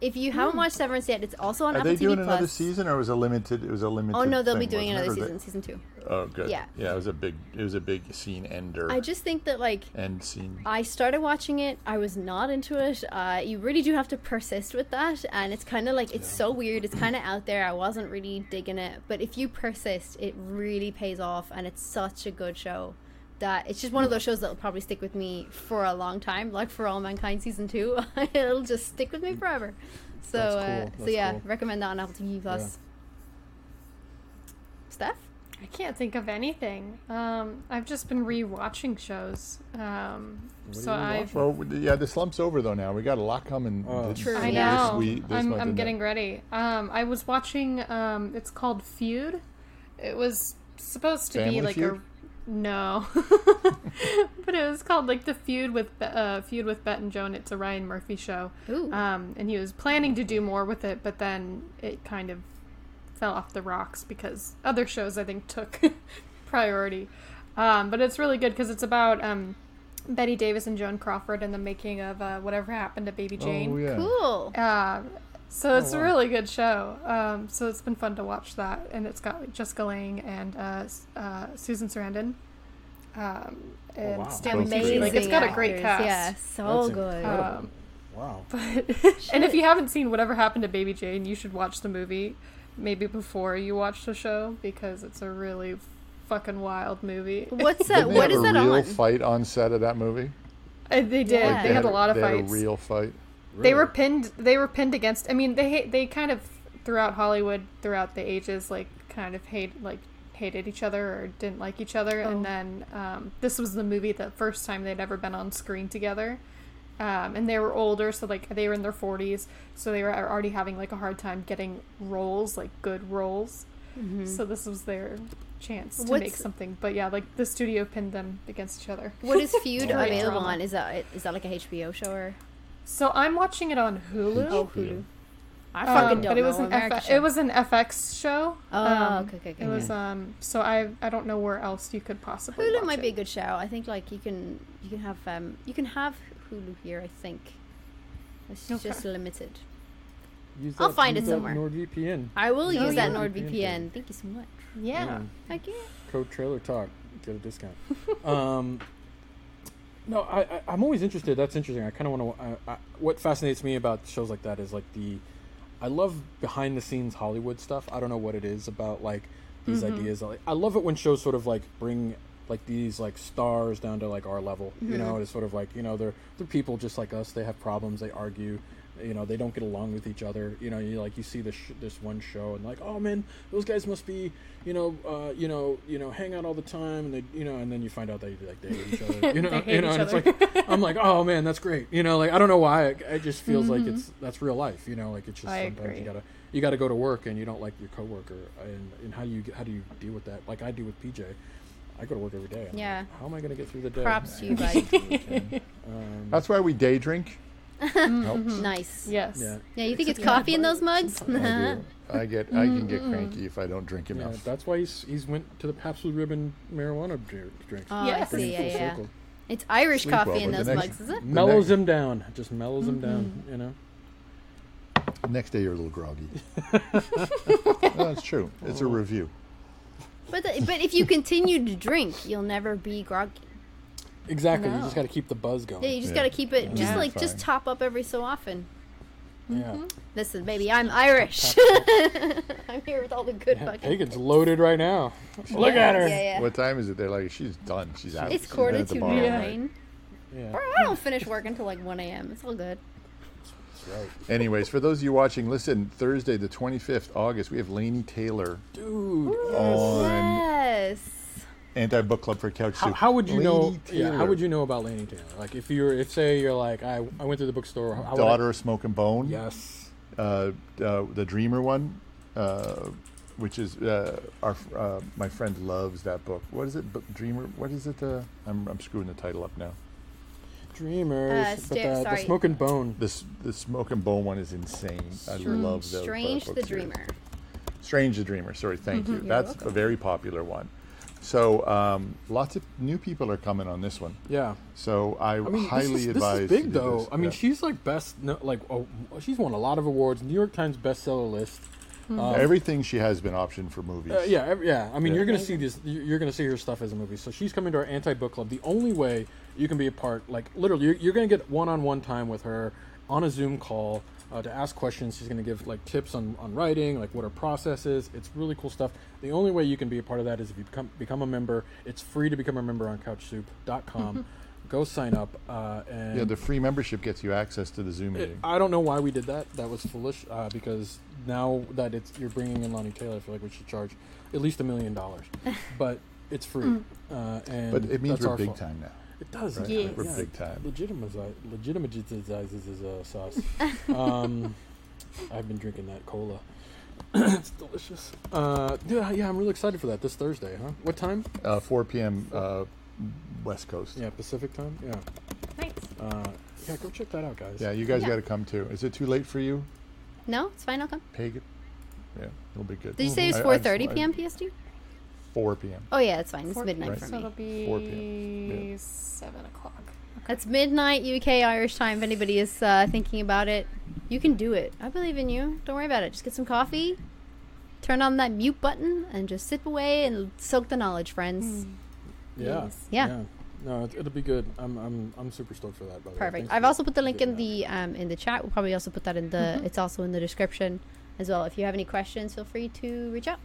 [SPEAKER 1] If you haven't watched Severance yet, it's also on
[SPEAKER 4] Hmm. Are
[SPEAKER 1] Apple
[SPEAKER 4] they
[SPEAKER 1] TV
[SPEAKER 4] doing another
[SPEAKER 1] Plus.
[SPEAKER 4] season, or was it limited? It was a limited.
[SPEAKER 1] Oh no, they'll be
[SPEAKER 4] thing,
[SPEAKER 1] doing
[SPEAKER 4] wasn't it,
[SPEAKER 1] another
[SPEAKER 4] or
[SPEAKER 1] season,
[SPEAKER 4] they-
[SPEAKER 1] season two.
[SPEAKER 4] Oh, good.
[SPEAKER 1] Yeah.
[SPEAKER 4] yeah. It was a big. It was a big scene ender.
[SPEAKER 1] I just think that like
[SPEAKER 4] end scene.
[SPEAKER 1] I started watching it. I was not into it. Uh, you really do have to persist with that, and it's kind of like it's so weird. It's kind of out there. I wasn't really digging it, but if you persist, it really pays off, and it's such a good show that it's just one of those shows that'll probably stick with me for a long time. Like for All Mankind season two, it'll just stick with me forever. So,
[SPEAKER 2] Mm. That's
[SPEAKER 1] uh, so
[SPEAKER 2] cool. That's
[SPEAKER 1] yeah,
[SPEAKER 2] cool.
[SPEAKER 1] recommend that on Apple TV Plus. Steph,
[SPEAKER 3] I can't think of anything. Um, I've just been re-watching shows. Um, so I've.
[SPEAKER 4] Well, we- yeah, the slump's over though. Now we got a lot coming.
[SPEAKER 2] Oh.
[SPEAKER 4] this,
[SPEAKER 2] True.
[SPEAKER 3] I
[SPEAKER 4] this
[SPEAKER 3] know.
[SPEAKER 4] week- this
[SPEAKER 3] I'm,
[SPEAKER 4] month
[SPEAKER 3] I'm
[SPEAKER 4] and
[SPEAKER 3] getting
[SPEAKER 4] next.
[SPEAKER 3] ready. Um, I was watching. Um, it's called Feud. It was supposed to
[SPEAKER 4] Family
[SPEAKER 3] be like
[SPEAKER 4] Feud?
[SPEAKER 3] a no, but it was called like the Feud with Be- uh, Feud with Bet and Joan. It's a Ryan Murphy show.
[SPEAKER 1] Ooh.
[SPEAKER 3] Um, and he was planning to do more with it, but then it kind of fell off the rocks because other shows I think took priority. Um, but it's really good because it's about um, Betty Davis and Joan Crawford and the making of uh, whatever happened to Baby Jane.
[SPEAKER 4] Oh yeah.
[SPEAKER 1] cool.
[SPEAKER 3] Um, so it's a really good show. Um, so it's been fun to watch that, and it's got Jessica Lange and uh, S- uh, Susan Sarandon, um, and
[SPEAKER 2] Oh, wow.
[SPEAKER 3] Stanley
[SPEAKER 4] Those
[SPEAKER 3] Tucci. Like it's got a great
[SPEAKER 1] actors.
[SPEAKER 3] cast.
[SPEAKER 1] Yeah, so
[SPEAKER 2] That's
[SPEAKER 1] good.
[SPEAKER 2] incredible.
[SPEAKER 3] Um,
[SPEAKER 2] Wow.
[SPEAKER 3] and if you haven't seen Whatever Happened to Baby Jane, you should watch the movie maybe before you watch the show because it's a really fucking wild movie.
[SPEAKER 1] What's that?
[SPEAKER 4] Didn't
[SPEAKER 1] What
[SPEAKER 4] they
[SPEAKER 1] is
[SPEAKER 4] have
[SPEAKER 1] that
[SPEAKER 4] a real
[SPEAKER 1] on?
[SPEAKER 4] fight on set of that movie?
[SPEAKER 3] And Uh, they did.
[SPEAKER 1] Like,
[SPEAKER 3] they,
[SPEAKER 1] they
[SPEAKER 3] had a lot of
[SPEAKER 4] they
[SPEAKER 3] fights.
[SPEAKER 4] Had a real fight.
[SPEAKER 3] They were pinned. They were pinned against. I mean, they hate. They kind of throughout Hollywood, throughout the ages, like kind of hate, like hated each other or didn't like each other. And then um, this was the movie the first time they'd ever been on screen together. Um, and they were older, so like they were in their forties, so they were already having like a hard time getting roles, like good roles. So this was their chance to make
[SPEAKER 1] What's-
[SPEAKER 3] something. But yeah, like the studio pinned them against each other.
[SPEAKER 1] What is Feud
[SPEAKER 3] Great
[SPEAKER 1] available
[SPEAKER 3] drama.
[SPEAKER 1] on? Is that is that like a HBO show or?
[SPEAKER 3] So I'm watching it on Hulu.
[SPEAKER 4] Hulu.
[SPEAKER 1] I
[SPEAKER 3] Um,
[SPEAKER 1] fucking don't
[SPEAKER 3] but it
[SPEAKER 1] know.
[SPEAKER 3] was an
[SPEAKER 1] American
[SPEAKER 3] F-
[SPEAKER 1] show.
[SPEAKER 3] it was an FX show.
[SPEAKER 1] Oh,
[SPEAKER 3] Um,
[SPEAKER 1] okay, okay, okay.
[SPEAKER 3] It was um. So I I don't know where else you could possibly.
[SPEAKER 1] Hulu
[SPEAKER 3] watch
[SPEAKER 1] might
[SPEAKER 3] it.
[SPEAKER 1] be a good show. I think like you can you can have um you can have Hulu here. I think it's
[SPEAKER 3] Okay.
[SPEAKER 1] just limited.
[SPEAKER 2] Use
[SPEAKER 1] I'll
[SPEAKER 2] that-
[SPEAKER 1] find
[SPEAKER 2] use
[SPEAKER 1] it
[SPEAKER 2] that
[SPEAKER 1] somewhere.
[SPEAKER 2] NordVPN.
[SPEAKER 1] I will
[SPEAKER 2] Oh,
[SPEAKER 1] use that
[SPEAKER 2] yeah.
[SPEAKER 1] NordVPN. Thank you so much.
[SPEAKER 3] Yeah.
[SPEAKER 1] Thank you.
[SPEAKER 2] Code Trailer Talk. Get a discount. um, no, I, I, I'm always interested. That's interesting. I kind of want to. I, I, what fascinates me about shows like that is like the. I love behind the scenes Hollywood stuff. I don't know what it is about like these
[SPEAKER 3] Mm-hmm.
[SPEAKER 2] ideas. Like, I love it when shows sort of like bring like these like stars down to like our level. You know,
[SPEAKER 3] Mm-hmm.
[SPEAKER 2] it's sort of like you know they're they're people just like us. They have problems. They argue. You know, they don't get along with each other. You know, you like you see this sh- this one show and like oh man, those guys must be you know uh, you know you know hang out all the time and they you know and then you find out they like they hate each other. You know,
[SPEAKER 3] They hate
[SPEAKER 2] you know,
[SPEAKER 3] each
[SPEAKER 2] and
[SPEAKER 3] other.
[SPEAKER 2] it's like I'm like, oh man, that's great. You know, like I don't know why. It, it just feels
[SPEAKER 1] Mm-hmm.
[SPEAKER 2] like it's that's real life. You know, like it's just
[SPEAKER 3] I
[SPEAKER 2] sometimes
[SPEAKER 3] agree.
[SPEAKER 2] you gotta you gotta go to work and you don't like your coworker and and how do you how do you deal with that? Like I do with PJ. I go to work every day. and I'm
[SPEAKER 1] Yeah.
[SPEAKER 2] like, how am I gonna get through the day?
[SPEAKER 1] Props to you, buddy.
[SPEAKER 4] That's why we day drink. Helps.
[SPEAKER 1] nice.
[SPEAKER 3] Yes.
[SPEAKER 2] Yeah.
[SPEAKER 1] Yeah, you think it's coffee in those mugs?
[SPEAKER 4] I, do. I get. I can get cranky if I don't drink
[SPEAKER 2] Yeah,
[SPEAKER 4] enough.
[SPEAKER 2] that's why he's he's went to the Pabst Blue Ribbon marijuana dr- drink.
[SPEAKER 1] Oh,
[SPEAKER 3] Yes.
[SPEAKER 1] I
[SPEAKER 2] Bring
[SPEAKER 1] see.
[SPEAKER 2] it full
[SPEAKER 1] Yeah, yeah.
[SPEAKER 2] circle.
[SPEAKER 1] It's Irish
[SPEAKER 4] Sleep
[SPEAKER 1] coffee
[SPEAKER 4] well,
[SPEAKER 1] in
[SPEAKER 4] but
[SPEAKER 1] those
[SPEAKER 4] the next-
[SPEAKER 1] mugs, is it?
[SPEAKER 2] Mellows
[SPEAKER 4] next-
[SPEAKER 2] him down. It Just mellows him down.
[SPEAKER 1] Mm-hmm.
[SPEAKER 2] You know.
[SPEAKER 4] Next day you're a little groggy. no, it's true. It's a
[SPEAKER 2] Oh.
[SPEAKER 4] review.
[SPEAKER 1] But the, but if you continue to drink, you'll never be groggy.
[SPEAKER 2] Exactly. You
[SPEAKER 3] No.
[SPEAKER 2] just got to keep the buzz going.
[SPEAKER 1] Yeah, you just
[SPEAKER 4] Yeah.
[SPEAKER 1] gotta keep it. Just
[SPEAKER 4] Yeah.
[SPEAKER 1] like just
[SPEAKER 4] Fine.
[SPEAKER 1] top up every so often.
[SPEAKER 2] Yeah.
[SPEAKER 1] Listen, baby, I'm Irish. I'm here with all the good
[SPEAKER 2] Yeah,
[SPEAKER 1] fucking.
[SPEAKER 2] Pagan's loaded right now. Look at her.
[SPEAKER 1] Yeah, yeah.
[SPEAKER 4] What time is it? They're like, she's done. She's out.
[SPEAKER 1] It's
[SPEAKER 4] She's been
[SPEAKER 1] quarter
[SPEAKER 4] at the
[SPEAKER 1] to
[SPEAKER 4] bar all
[SPEAKER 3] yeah.
[SPEAKER 4] night."
[SPEAKER 1] nine.
[SPEAKER 2] Yeah,
[SPEAKER 1] Or I don't finish work until like 1 a.m. It's all good.
[SPEAKER 2] that's right.
[SPEAKER 4] Anyways, for those of you watching, listen. Thursday, the 25th August, we have Lainey Taylor
[SPEAKER 2] Dude.
[SPEAKER 4] on
[SPEAKER 1] Yes.
[SPEAKER 4] Anti Book Club for Couch
[SPEAKER 2] How,
[SPEAKER 4] Soup.
[SPEAKER 2] how would you
[SPEAKER 4] Lainey
[SPEAKER 2] know?
[SPEAKER 4] Taylor,
[SPEAKER 2] Yeah, how would you know about Lainey Taylor? Like if you're, if say you're like, I, I went to the bookstore. How would I-
[SPEAKER 4] Daughter of Smoke and Bone.
[SPEAKER 2] yes.
[SPEAKER 4] Uh, uh, the Dreamer one. Uh, which is uh, our uh, my friend loves that book. What is it? B- Dreamer? What is it? Uh, I'm I'm screwing the title up now.
[SPEAKER 2] Dreamers,
[SPEAKER 1] Uh,
[SPEAKER 2] but
[SPEAKER 1] sta-
[SPEAKER 2] the, the
[SPEAKER 1] sorry.
[SPEAKER 2] smoke and bone.
[SPEAKER 4] This the Smoke and Bone one is insane. I love those.
[SPEAKER 1] Strange
[SPEAKER 4] book
[SPEAKER 1] the
[SPEAKER 4] series.
[SPEAKER 1] Dreamer.
[SPEAKER 4] Strange the Dreamer. Sorry, thank
[SPEAKER 1] Mm-hmm.
[SPEAKER 4] you. That's a very popular one. So um, lots of new people are coming on this one.
[SPEAKER 2] Yeah.
[SPEAKER 4] So I,
[SPEAKER 2] I mean,
[SPEAKER 4] highly
[SPEAKER 2] this is,
[SPEAKER 4] advise.
[SPEAKER 2] this is
[SPEAKER 4] you
[SPEAKER 2] big
[SPEAKER 4] do
[SPEAKER 2] though.
[SPEAKER 4] this.
[SPEAKER 2] I mean,
[SPEAKER 4] Yeah.
[SPEAKER 2] she's like best, no, like oh, she's won a lot of awards. New York Times bestseller list.
[SPEAKER 1] Mm-hmm.
[SPEAKER 4] everything she has been optioned for movies.
[SPEAKER 2] Uh, yeah, ev- yeah. I mean,
[SPEAKER 4] Yeah.
[SPEAKER 2] you're gonna see this. you- You're gonna see her stuff as a movie. So she's coming to our anti book club. The only way you can be a part, like literally, you're, you're gonna get one on one time with her on a Zoom call uh, to ask questions. She's gonna give like tips on, on writing, like what her process is. It's really cool stuff. The only way you can be a part of that is if you become become a member. It's free to become a member on CouchSoup.com. Go sign up. Uh, and
[SPEAKER 4] Yeah, the free membership gets you access to the Zoom meeting.
[SPEAKER 2] I don't know why we did that. That was foolish. Uh, because now that it's you're bringing in Lonnie Taylor, I feel like we should charge at least a million dollars. But it's free, uh, and
[SPEAKER 4] but it means
[SPEAKER 2] that's
[SPEAKER 4] we're
[SPEAKER 2] our
[SPEAKER 4] big
[SPEAKER 2] fault.
[SPEAKER 4] time now.
[SPEAKER 2] It does.
[SPEAKER 1] Yes. Like,
[SPEAKER 4] we're big time.
[SPEAKER 2] Legitimizes, legitimizes is uh, sauce. um, I've been drinking that cola. it's delicious. Uh, yeah, yeah, I'm really excited for that this Thursday, huh? What time?
[SPEAKER 4] Uh, 4 p.m. Uh, West Coast.
[SPEAKER 2] Yeah, Pacific time. Yeah,
[SPEAKER 3] Nice.
[SPEAKER 4] Oh.
[SPEAKER 2] uh, yeah. Go check that out, guys.
[SPEAKER 4] Yeah, you guys
[SPEAKER 1] Yeah.
[SPEAKER 4] got to come too. Is it too late for you,
[SPEAKER 1] No, it's fine. I'll come.
[SPEAKER 4] Pagan? Yeah, it'll be good.
[SPEAKER 1] Did you say it's
[SPEAKER 4] Mm-hmm. I- I just
[SPEAKER 1] 4:30
[SPEAKER 4] want-
[SPEAKER 1] p.m. PST?
[SPEAKER 4] 4 p.m.
[SPEAKER 1] Oh yeah, it's fine. It's
[SPEAKER 3] Four-
[SPEAKER 1] midnight
[SPEAKER 4] right.
[SPEAKER 1] for
[SPEAKER 3] So it'll
[SPEAKER 1] me.
[SPEAKER 3] be
[SPEAKER 4] 4 p.m. Yeah.
[SPEAKER 3] seven o'clock.
[SPEAKER 1] That's midnight UK Irish time. If anybody is uh, thinking about it, you can do it. I believe in you. Don't worry about it. Just get some coffee, turn on that mute button, and just sip away and soak the knowledge, friends.
[SPEAKER 2] Hmm. Yeah.
[SPEAKER 3] Yes.
[SPEAKER 1] Yeah.
[SPEAKER 2] No, it, it'll be good. I'm, I'm, I'm super stoked for that. By the way.
[SPEAKER 1] Perfect.
[SPEAKER 2] Thanks
[SPEAKER 1] I've
[SPEAKER 2] for
[SPEAKER 1] also put the link in
[SPEAKER 2] getting
[SPEAKER 1] the um, in the chat. We'll probably also put that in the.
[SPEAKER 2] Mm-hmm.
[SPEAKER 1] It's also in the description as well. If you have any questions, feel free to reach out.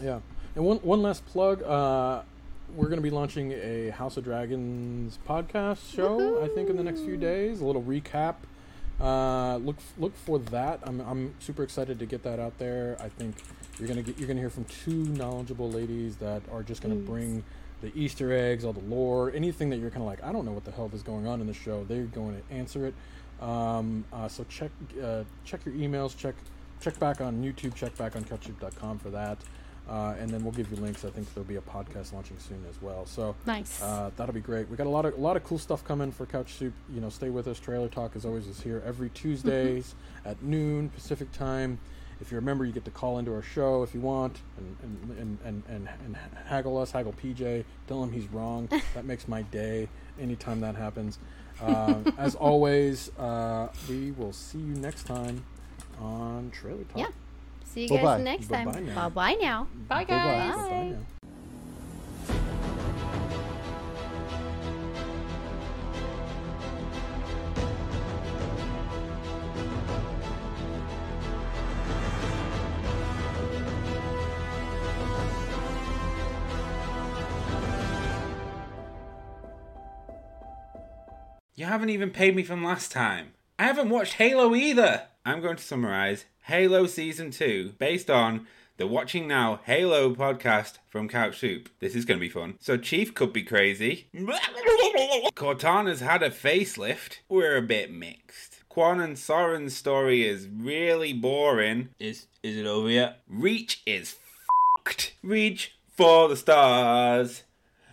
[SPEAKER 2] that. Yeah. And one, one last plug. Uh, we're going to be launching a House of Dragons podcast show. I think in the next few days, a little recap. Uh, look, f- look for that. I'm, I'm super excited to get that out there. I think you're gonna get, you're gonna hear from two knowledgeable ladies that are just gonna bring the Easter eggs, all the lore, anything that you're kind of like, I don't know what the hell is going on in the show. They're going to answer it. Um, uh, so check uh, check your emails, check check back on YouTube, check back on CouchTube.com for that, uh, and then we'll give you links. I think there'll be a podcast launching soon as well. So
[SPEAKER 1] Nice.
[SPEAKER 2] uh, that'll be great. We got a lot of a lot of cool stuff coming for Couch Soup. You know, stay with us. Trailer Talk is always is here every Tuesdays
[SPEAKER 1] Mm-hmm.
[SPEAKER 2] at noon Pacific time. If you're a member, you get to call into our show if you want and and, and, and, and, and haggle us, haggle PJ, tell him he's wrong. that makes my day anytime that happens. Uh, as always, uh, we will see you next time on Trailer Talk.
[SPEAKER 1] yeah. See you
[SPEAKER 4] Bye-bye.
[SPEAKER 1] guys next
[SPEAKER 2] Bye-bye
[SPEAKER 1] time.
[SPEAKER 2] now.
[SPEAKER 1] Bye bye now.
[SPEAKER 3] Bye, guys.
[SPEAKER 2] Bye-bye. Bye-bye now.
[SPEAKER 5] You haven't even paid me from last time. I haven't watched Halo either. I'm going to summarize Halo Season 2 based on the Watching Now Halo podcast from Couch Soup. This is going to be fun. So, Chief could be crazy. Cortana's had a facelift. We're a bit mixed. Quan and Soren's story is really boring. Is is it over yet? Reach is fucked. Reach for the stars.